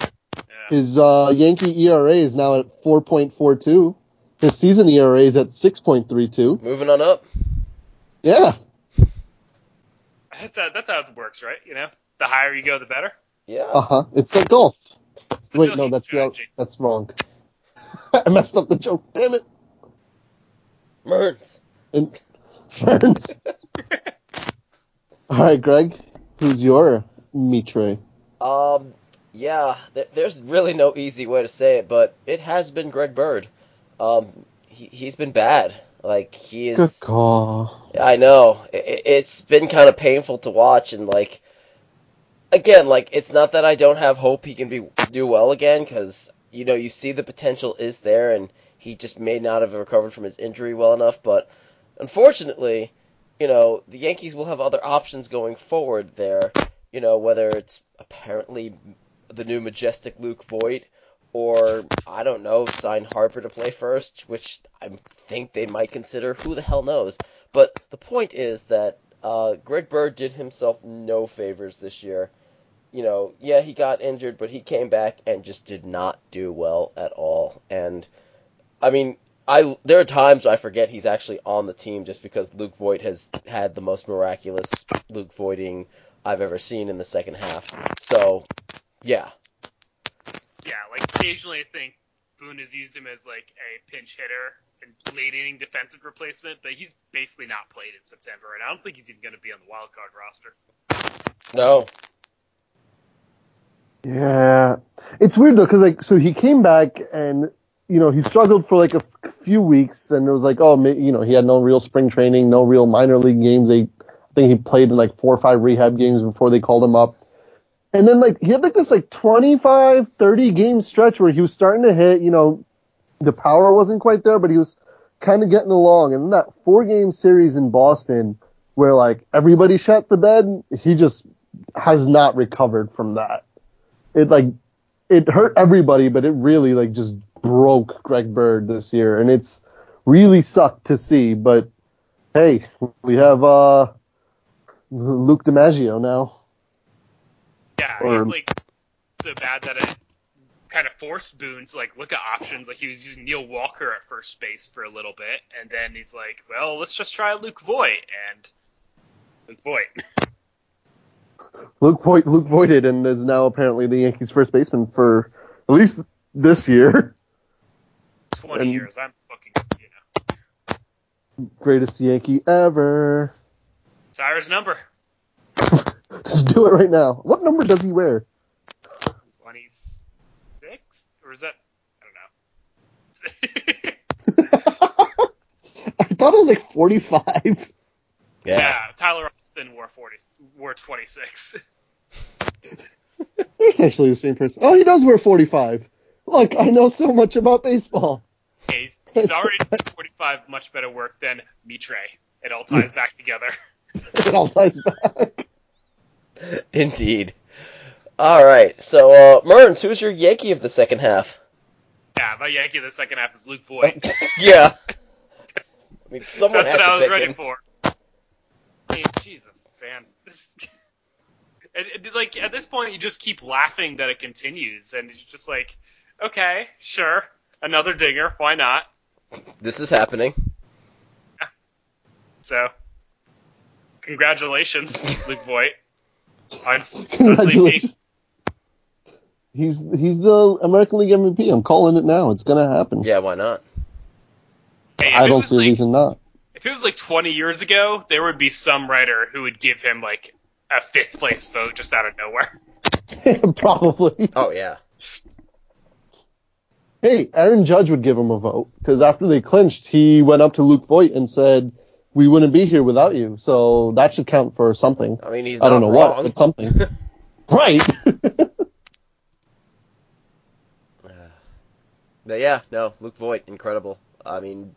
Speaker 3: Yeah.
Speaker 2: His uh, Yankee ERA is now at 4.42. His season ERA is at 6.32.
Speaker 1: Moving on up.
Speaker 2: Yeah.
Speaker 3: That's how, that's how it works, right? You know, the higher you go, the better.
Speaker 1: Yeah.
Speaker 2: Uh huh. It's like golf.
Speaker 3: It's the
Speaker 2: Wait,
Speaker 3: Bill
Speaker 2: no,
Speaker 3: Heath
Speaker 2: that's the
Speaker 3: strategy.
Speaker 2: that's wrong. I messed up the joke. Damn it.
Speaker 1: Merns.
Speaker 2: And Ferns. All right, Greg. Who's your Mitre?
Speaker 1: Um, yeah, th- there's really no easy way to say it, but it has been Greg Bird. Um, he- he's been bad. Like, he is.
Speaker 2: Good call.
Speaker 1: I know. It, it's been kind of painful to watch, and like, again, like it's not that I don't have hope he can be do well again, because you know you see the potential is there, and he just may not have recovered from his injury well enough. But unfortunately, you know the Yankees will have other options going forward there. You know whether it's apparently the new majestic Luke Voigt. Or I don't know, sign Harper to play first, which I think they might consider. Who the hell knows? But the point is that uh, Greg Bird did himself no favors this year. You know, yeah, he got injured, but he came back and just did not do well at all. And I mean, I there are times I forget he's actually on the team just because Luke Voigt has had the most miraculous Luke Voiting I've ever seen in the second half. So, yeah,
Speaker 3: Yeah, like occasionally I think Boone has used him as like a pinch hitter and late inning defensive replacement, but he's basically not played in September, and I don't think he's even going to be on the wild card roster.
Speaker 1: no,
Speaker 2: Yeah. It's weird though, cause like, so he came back and, you know, he struggled for like a f- few weeks and it was like, oh, ma- you know, he had no real spring training, no real minor league games. They, I think he played in like four or five rehab games before they called him up. And then like, he had like this like 25, 30 game stretch where he was starting to hit, you know, the power wasn't quite there, but he was kind of getting along. And then that four game series in Boston where like everybody shut the bed, he just has not recovered from that it like it hurt everybody, but it really like just broke Greg Bird this year, and it's really sucked to see. But hey, we have uh Luke DiMaggio now.
Speaker 3: Yeah,
Speaker 2: Or-
Speaker 3: he, like so bad that it kind of forced Boone to like look at options. Like he was using Neil Walker at first base for a little bit, and then he's like, "Well, let's just try Luke Voigt," and Luke Voigt.
Speaker 2: Luke Voigt, Luke Voited, and is now apparently the Yankees' first baseman for at least this year.
Speaker 3: Twenty
Speaker 2: And-
Speaker 3: years, I'm fucking you know.
Speaker 2: Greatest Yankee ever.
Speaker 3: Tyra's number
Speaker 2: Just do it right now. What number does he wear?
Speaker 3: twenty six, or is that? I don't know.
Speaker 2: I thought it was like 45.
Speaker 1: yeah,
Speaker 3: Yeah, Tyler Austin wore forty, wore twenty six.
Speaker 2: They're essentially the same person. Oh, he does wear 45. Look, I know so much about baseball.
Speaker 3: he's, he's already doing forty five much better work than Mitre. It all ties back together.
Speaker 2: It all ties back.
Speaker 1: indeed. All right, so uh, Merns, who's your Yankee of the second half?
Speaker 3: Yeah, my Yankee of the second half is Luke Voigt.
Speaker 1: yeah. I mean, someone
Speaker 3: That's
Speaker 1: had
Speaker 3: what I
Speaker 1: to
Speaker 3: was
Speaker 1: pick
Speaker 3: ready
Speaker 1: him.
Speaker 3: for. Hey, Jesus, man. This, and, and, like at this point, you just keep laughing that it continues, and it's just like, okay, sure, another dinger, why not?
Speaker 1: This is happening.
Speaker 3: So, congratulations, Luke Voigt. on suddenly
Speaker 2: Congratulations. He's he's the American League MVP. I'm calling it now. It's gonna happen.
Speaker 1: Yeah, why not?
Speaker 3: being- Hey, if
Speaker 2: I
Speaker 3: it
Speaker 2: don't
Speaker 3: was,
Speaker 2: see a
Speaker 3: like-
Speaker 2: reason not.
Speaker 3: If it was like 20 years ago, there would be some writer who would give him like a fifth place vote just out of nowhere.
Speaker 2: Probably.
Speaker 1: Oh yeah.
Speaker 2: Hey, Aaron Judge would give him a vote because after they clinched, he went up to Luke Voigt and said, "We wouldn't be here without you." So that should count for something.
Speaker 1: I mean, he's
Speaker 2: I don't know
Speaker 1: not
Speaker 2: what,
Speaker 1: wrong.
Speaker 2: but something. right.
Speaker 1: But yeah, no, Luke Voigt, incredible. I mean,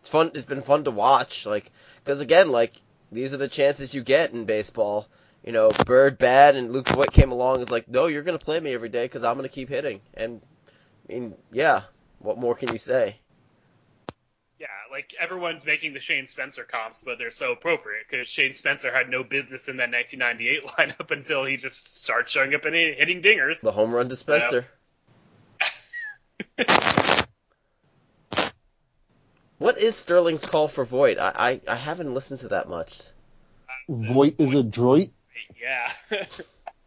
Speaker 1: it's fun. It's been fun to watch, like, because again, like, these are the chances you get in baseball. You know, Bird bad, and Luke Voigt came along. and Is like, no, you're gonna play me every day because I'm gonna keep hitting. And I mean, yeah, what more can you say?
Speaker 3: Yeah, like everyone's making the Shane Spencer comps, but they're so appropriate because Shane Spencer had no business in that 1998 lineup until he just starts showing up and hit- hitting dingers.
Speaker 1: The home run dispenser. what is Sterling's call for Voigt? I, I I haven't listened to that much.
Speaker 2: Voigt is a droit.
Speaker 3: Yeah.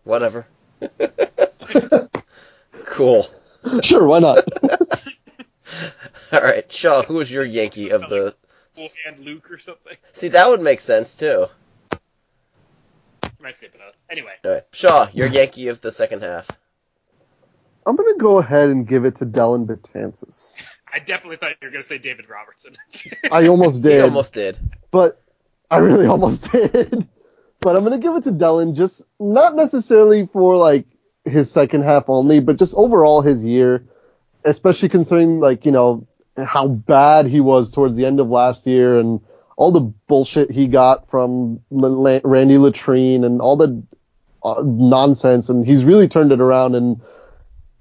Speaker 1: Whatever. cool.
Speaker 2: Sure, why not?
Speaker 1: All right, Shaw. Who was your Yankee of the?
Speaker 3: Cool hand Luke or something.
Speaker 1: See, that would make sense too.
Speaker 3: Reminds me of another- Anyway,
Speaker 1: All right, Shaw. Your Yankee of the second half.
Speaker 2: I'm gonna go ahead and give it to Dellin Betances.
Speaker 3: I definitely thought you were going to say David Robertson.
Speaker 2: I almost
Speaker 1: He
Speaker 2: did,
Speaker 1: almost did.
Speaker 2: but I really almost did. But I'm gonna give it to Dellin, just not necessarily for like his second half only, but just overall his year, especially considering like you know how bad he was towards the end of last year and all the bullshit he got from L- La- Randy Latrine and all the uh, nonsense, and he's really turned it around and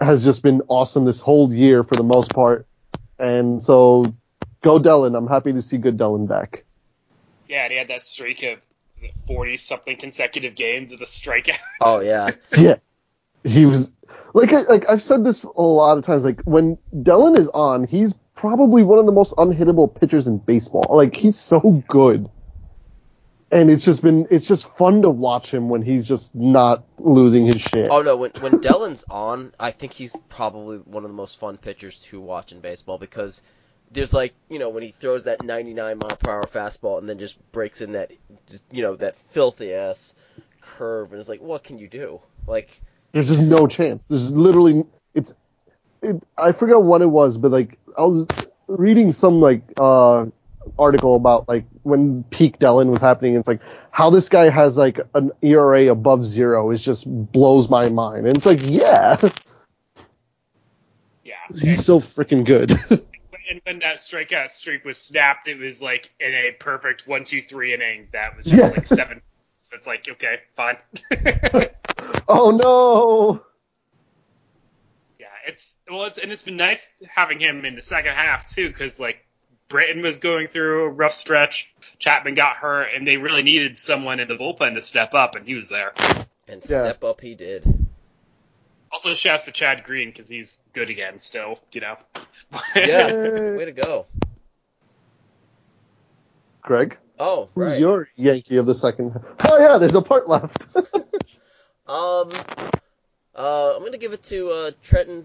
Speaker 2: has just been awesome this whole year for the most part. And so, go Dellin. I'm happy to see good Dellin back.
Speaker 3: yeah, and he had that streak of 40 something consecutive games of the strikeout.
Speaker 1: Oh yeah.
Speaker 2: yeah, he was like I, like I've said this a lot of times. Like when Dellin is on, he's probably one of the most unhittable pitchers in baseball. Like he's so good, and it's just been it's just fun to watch him when he's just not losing his shit.
Speaker 1: Oh no, when when Dellen's on, I think he's probably one of the most fun pitchers to watch in baseball because there's like you know when he throws that 99 mile per hour fastball and then just breaks in that just, you know that filthy ass curve and it's like what can you do? Like
Speaker 2: There's just no chance. There's literally it's it, I forgot what it was, but like I was reading some like uh article about like when peak Dellin was happening. It's like how this guy has like an ERA above zero is just blows my mind. And it's like yeah,
Speaker 3: Yeah.
Speaker 2: he's so freaking good.
Speaker 3: And when that strikeout streak was snapped, it was like in a perfect one, two, three inning. That was just
Speaker 2: Yeah.
Speaker 3: like seven. So it's like, okay, fine.
Speaker 2: oh no.
Speaker 3: Yeah, it's well, it's and it's been nice having him in the second half too, because like Britton was going through a rough stretch, Chapman got hurt, and they really needed someone in the bullpen to step up, and he was there.
Speaker 2: Yeah.
Speaker 1: and step up he did.
Speaker 3: Also, shouts to Chad Green because he's good again, still, you know.
Speaker 1: Yeah,
Speaker 2: Yay.
Speaker 1: way to go.
Speaker 2: Greg,
Speaker 1: Oh,
Speaker 2: who's
Speaker 1: right.
Speaker 2: your Yankee of the second? Oh yeah, there's a part left.
Speaker 1: Um, uh, I'm gonna give it to uh, Trenton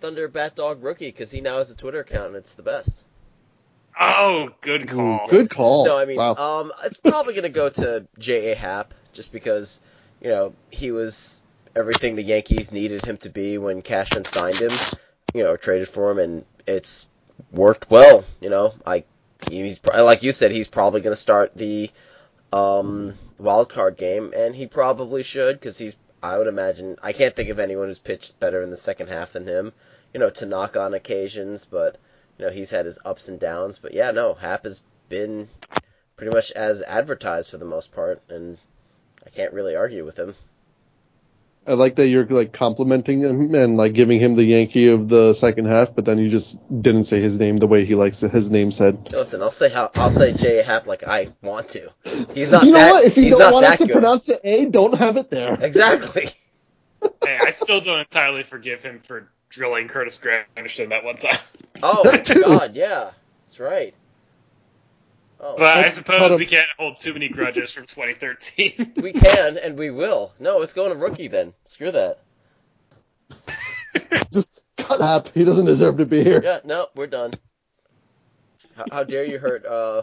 Speaker 1: Thunder Bat Dog Rookie because he now has a Twitter account and it's the best.
Speaker 3: oh, good call.
Speaker 2: Good call.
Speaker 1: No, I mean,
Speaker 2: wow.
Speaker 1: um, it's probably gonna go to J. A. Happ just because you know he was everything the Yankees needed him to be when Cashman signed him, you know, traded for him, and it's worked well. You know, I he's pro- like you said, he's probably gonna start the um, wild card game, and he probably should because he's. I would imagine I can't think of anyone who's pitched better in the second half than him. You know, to knock on occasions, but you know he's had his ups and downs. But yeah, no, Hap has been pretty much as advertised for the most part, and I can't really argue with him.
Speaker 2: I like that you're like complimenting him and like giving him the Yankee of the second half, but then you just didn't say his name the way he likes it, his name said.
Speaker 1: Listen, I'll say how I'll say J Hap like I want to. He's not.
Speaker 2: you know
Speaker 1: that,
Speaker 2: what? If you
Speaker 1: he's
Speaker 2: don't
Speaker 1: not
Speaker 2: want us
Speaker 1: that
Speaker 2: to
Speaker 1: good.
Speaker 2: pronounce the A, don't have it there.
Speaker 1: exactly.
Speaker 3: Hey, I still don't entirely forgive him for drilling Curtis Granderson that one time.
Speaker 1: Oh
Speaker 2: That too.
Speaker 1: God, yeah, that's right. Oh,
Speaker 3: But I
Speaker 2: That's not a-
Speaker 3: suppose we can't hold too many grudges from 2013.
Speaker 1: We can and we will. No, it's going to rookie then. Screw that.
Speaker 2: Just cut up. He doesn't deserve to be here.
Speaker 1: Yeah, no, we're done. How, how dare you hurt uh,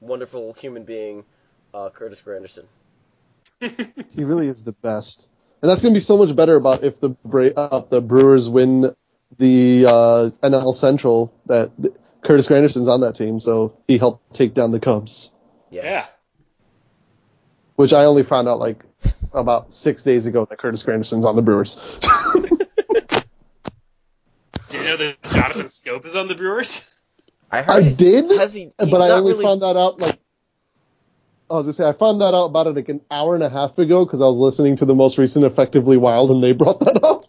Speaker 1: wonderful human being uh, Curtis Granderson?
Speaker 2: He really is the best, and that's going to be so much better about if the Bra- uh, the Brewers win the uh, NL Central. That Curtis Granderson's on that team, so he helped take down the Cubs,
Speaker 1: Yes.
Speaker 2: which I only found out like about six days ago that Curtis Granderson's on the Brewers.
Speaker 3: Do you know that Jonathan Scope is on the Brewers?
Speaker 1: I heard
Speaker 2: I
Speaker 1: he's-
Speaker 2: did,
Speaker 1: Has he? he's
Speaker 2: but I
Speaker 1: not
Speaker 2: only
Speaker 1: really-
Speaker 2: found that out like I was gonna say I found that out about it like an hour and a half ago because I was listening to the most recent Effectively Wild and they brought that up.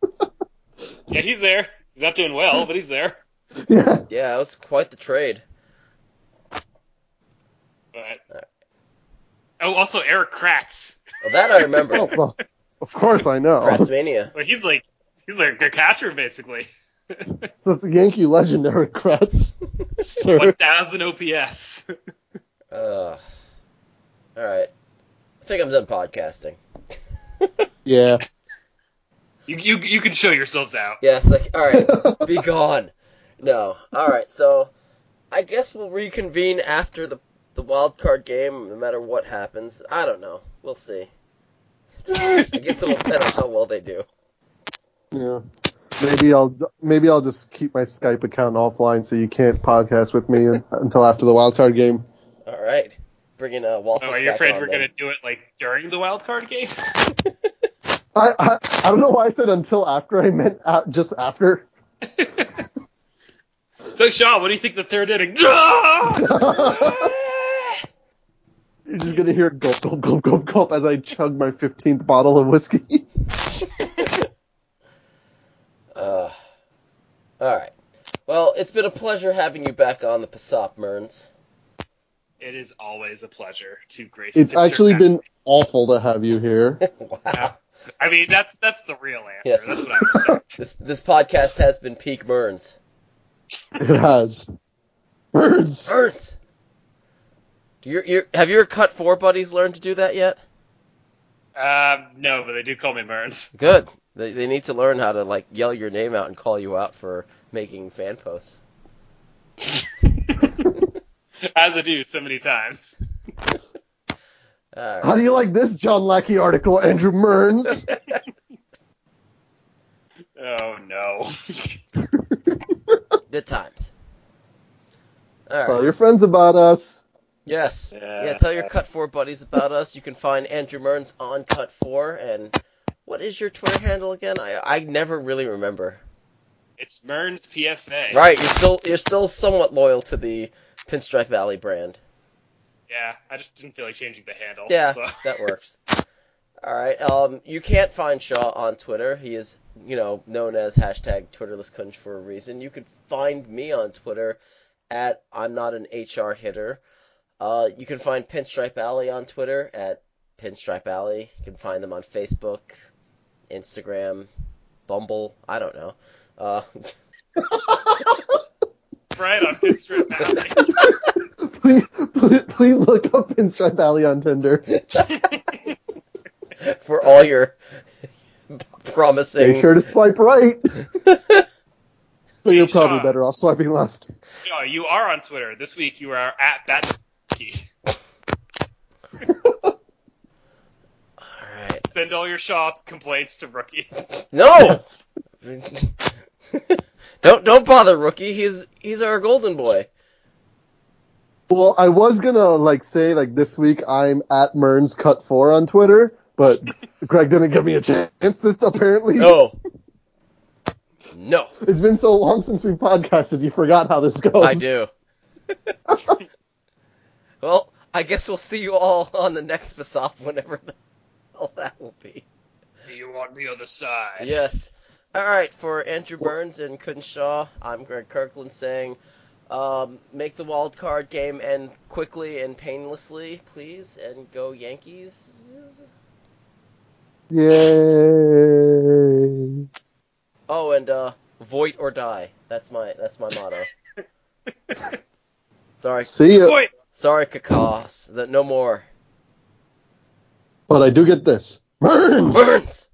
Speaker 3: Yeah, he's there. He's not doing well, but he's there.
Speaker 2: Yeah,
Speaker 1: Yeah, that was quite the trade.
Speaker 3: But oh, also Eric Kratz.
Speaker 1: Well, that I remember.
Speaker 2: oh, well, of course I know.
Speaker 1: Kratzmania.
Speaker 3: Well, he's like he's like their catcher basically.
Speaker 2: That's a Yankee legend, Eric Kratz. Sir,
Speaker 3: 1,000 OPS.
Speaker 1: Ugh. all right. I think I'm done podcasting.
Speaker 2: yeah.
Speaker 3: You, you you can show yourselves out.
Speaker 1: Yes. Like, all right. Be gone. No. All right. So, I guess we'll reconvene after the the wild card game, no matter what happens. I don't know. We'll see. I guess it'll depend on how well they do.
Speaker 2: Yeah. Maybe I'll maybe I'll just keep my Skype account offline so you can't podcast with me un- until after the wild card game.
Speaker 1: All right. Bringing uh, Waffles
Speaker 3: Oh, are you
Speaker 1: back
Speaker 3: afraid
Speaker 1: on
Speaker 3: we're
Speaker 1: then.
Speaker 3: gonna do it like during the wild card game?
Speaker 2: I I, I don't know why I said until after. I meant a- just after.
Speaker 3: so Sean, what do you think the third inning? Ah!
Speaker 2: You're just gonna hear gulp gulp gulp gulp gulp as I chug my 15th bottle of whiskey.
Speaker 1: Uh, all right. Well, it's been a pleasure having you back on the Passop Merns.
Speaker 3: it is always a pleasure to grace.
Speaker 2: It's
Speaker 3: your
Speaker 2: actually
Speaker 3: company.
Speaker 2: been awful to have you here.
Speaker 1: wow.
Speaker 3: I mean, that's that's the real answer.
Speaker 1: Yes.
Speaker 3: That's what I expect.
Speaker 1: This this podcast has been peak Merns.
Speaker 2: It has. Birds.
Speaker 1: Merns. Do your your have your cut four buddies learned to do that yet?
Speaker 3: um, no, but they do call me Burns.
Speaker 1: Good. They they need to learn how to like yell your name out and call you out for making fan posts.
Speaker 3: As I do so many times.
Speaker 1: All right.
Speaker 2: How do you like this John Lackey article, Andrew Mearns?
Speaker 3: Oh no.
Speaker 1: Good times. All right.
Speaker 2: Tell your friends about us.
Speaker 1: Yes.
Speaker 3: Yeah.
Speaker 1: Yeah. tell your Cut 4 buddies about us. You can find Andrew Mearns on Cut 4. And what is your Twitter handle again? I, I never really remember.
Speaker 3: it's Merns PSA.
Speaker 1: Right, you're still you're still somewhat loyal to the Pinstripe Valley brand.
Speaker 3: Yeah, I just didn't feel like changing the handle.
Speaker 1: Yeah,
Speaker 3: so.
Speaker 1: that works. All right. Um, you can't find Shaw on Twitter. He is, you know, known as hashtag TwitterlessCunch for a reason. You can find me on Twitter at I'm not an HR hitter. Uh, you can find Pinstripe Alley on Twitter at Pinstripe Alley. You can find them on Facebook, Instagram, Bumble. I don't know. Uh,
Speaker 3: Right on Pinstripe Alley.
Speaker 2: Please, please, please look up Pinstripe Alley on Tinder.
Speaker 1: for all your promising.
Speaker 2: Make sure to swipe right. but you're probably
Speaker 3: Sean.
Speaker 2: better off swiping left.
Speaker 3: No, you are on Twitter. This week you are at Batmonkey.
Speaker 1: All right.
Speaker 3: Send all your shots, complaints to Rookie.
Speaker 1: No. don't don't bother rookie. He's he's our golden boy.
Speaker 2: Well, I was gonna like say like this week I'm at Mearns Cut Four on Twitter, but Greg didn't give me a chance. This apparently
Speaker 1: No. No,
Speaker 2: it's been so long since we podcasted, you forgot how this goes.
Speaker 1: I do. well, I guess we'll see you all on the next Basop whenever the hell that will be.
Speaker 3: You on the other side.
Speaker 1: Yes. All right, for Andrew Burns and Kunshaw, I'm Greg Kirkland saying, um, make the wild card game end quickly and painlessly, please, and go Yankees.
Speaker 2: Yay!
Speaker 1: Oh, and uh, void or die. That's my that's my motto. sorry,
Speaker 2: See ya.
Speaker 3: Boy,
Speaker 1: sorry, Kakas. That no more
Speaker 2: But I do get this. Mearns.
Speaker 1: burns.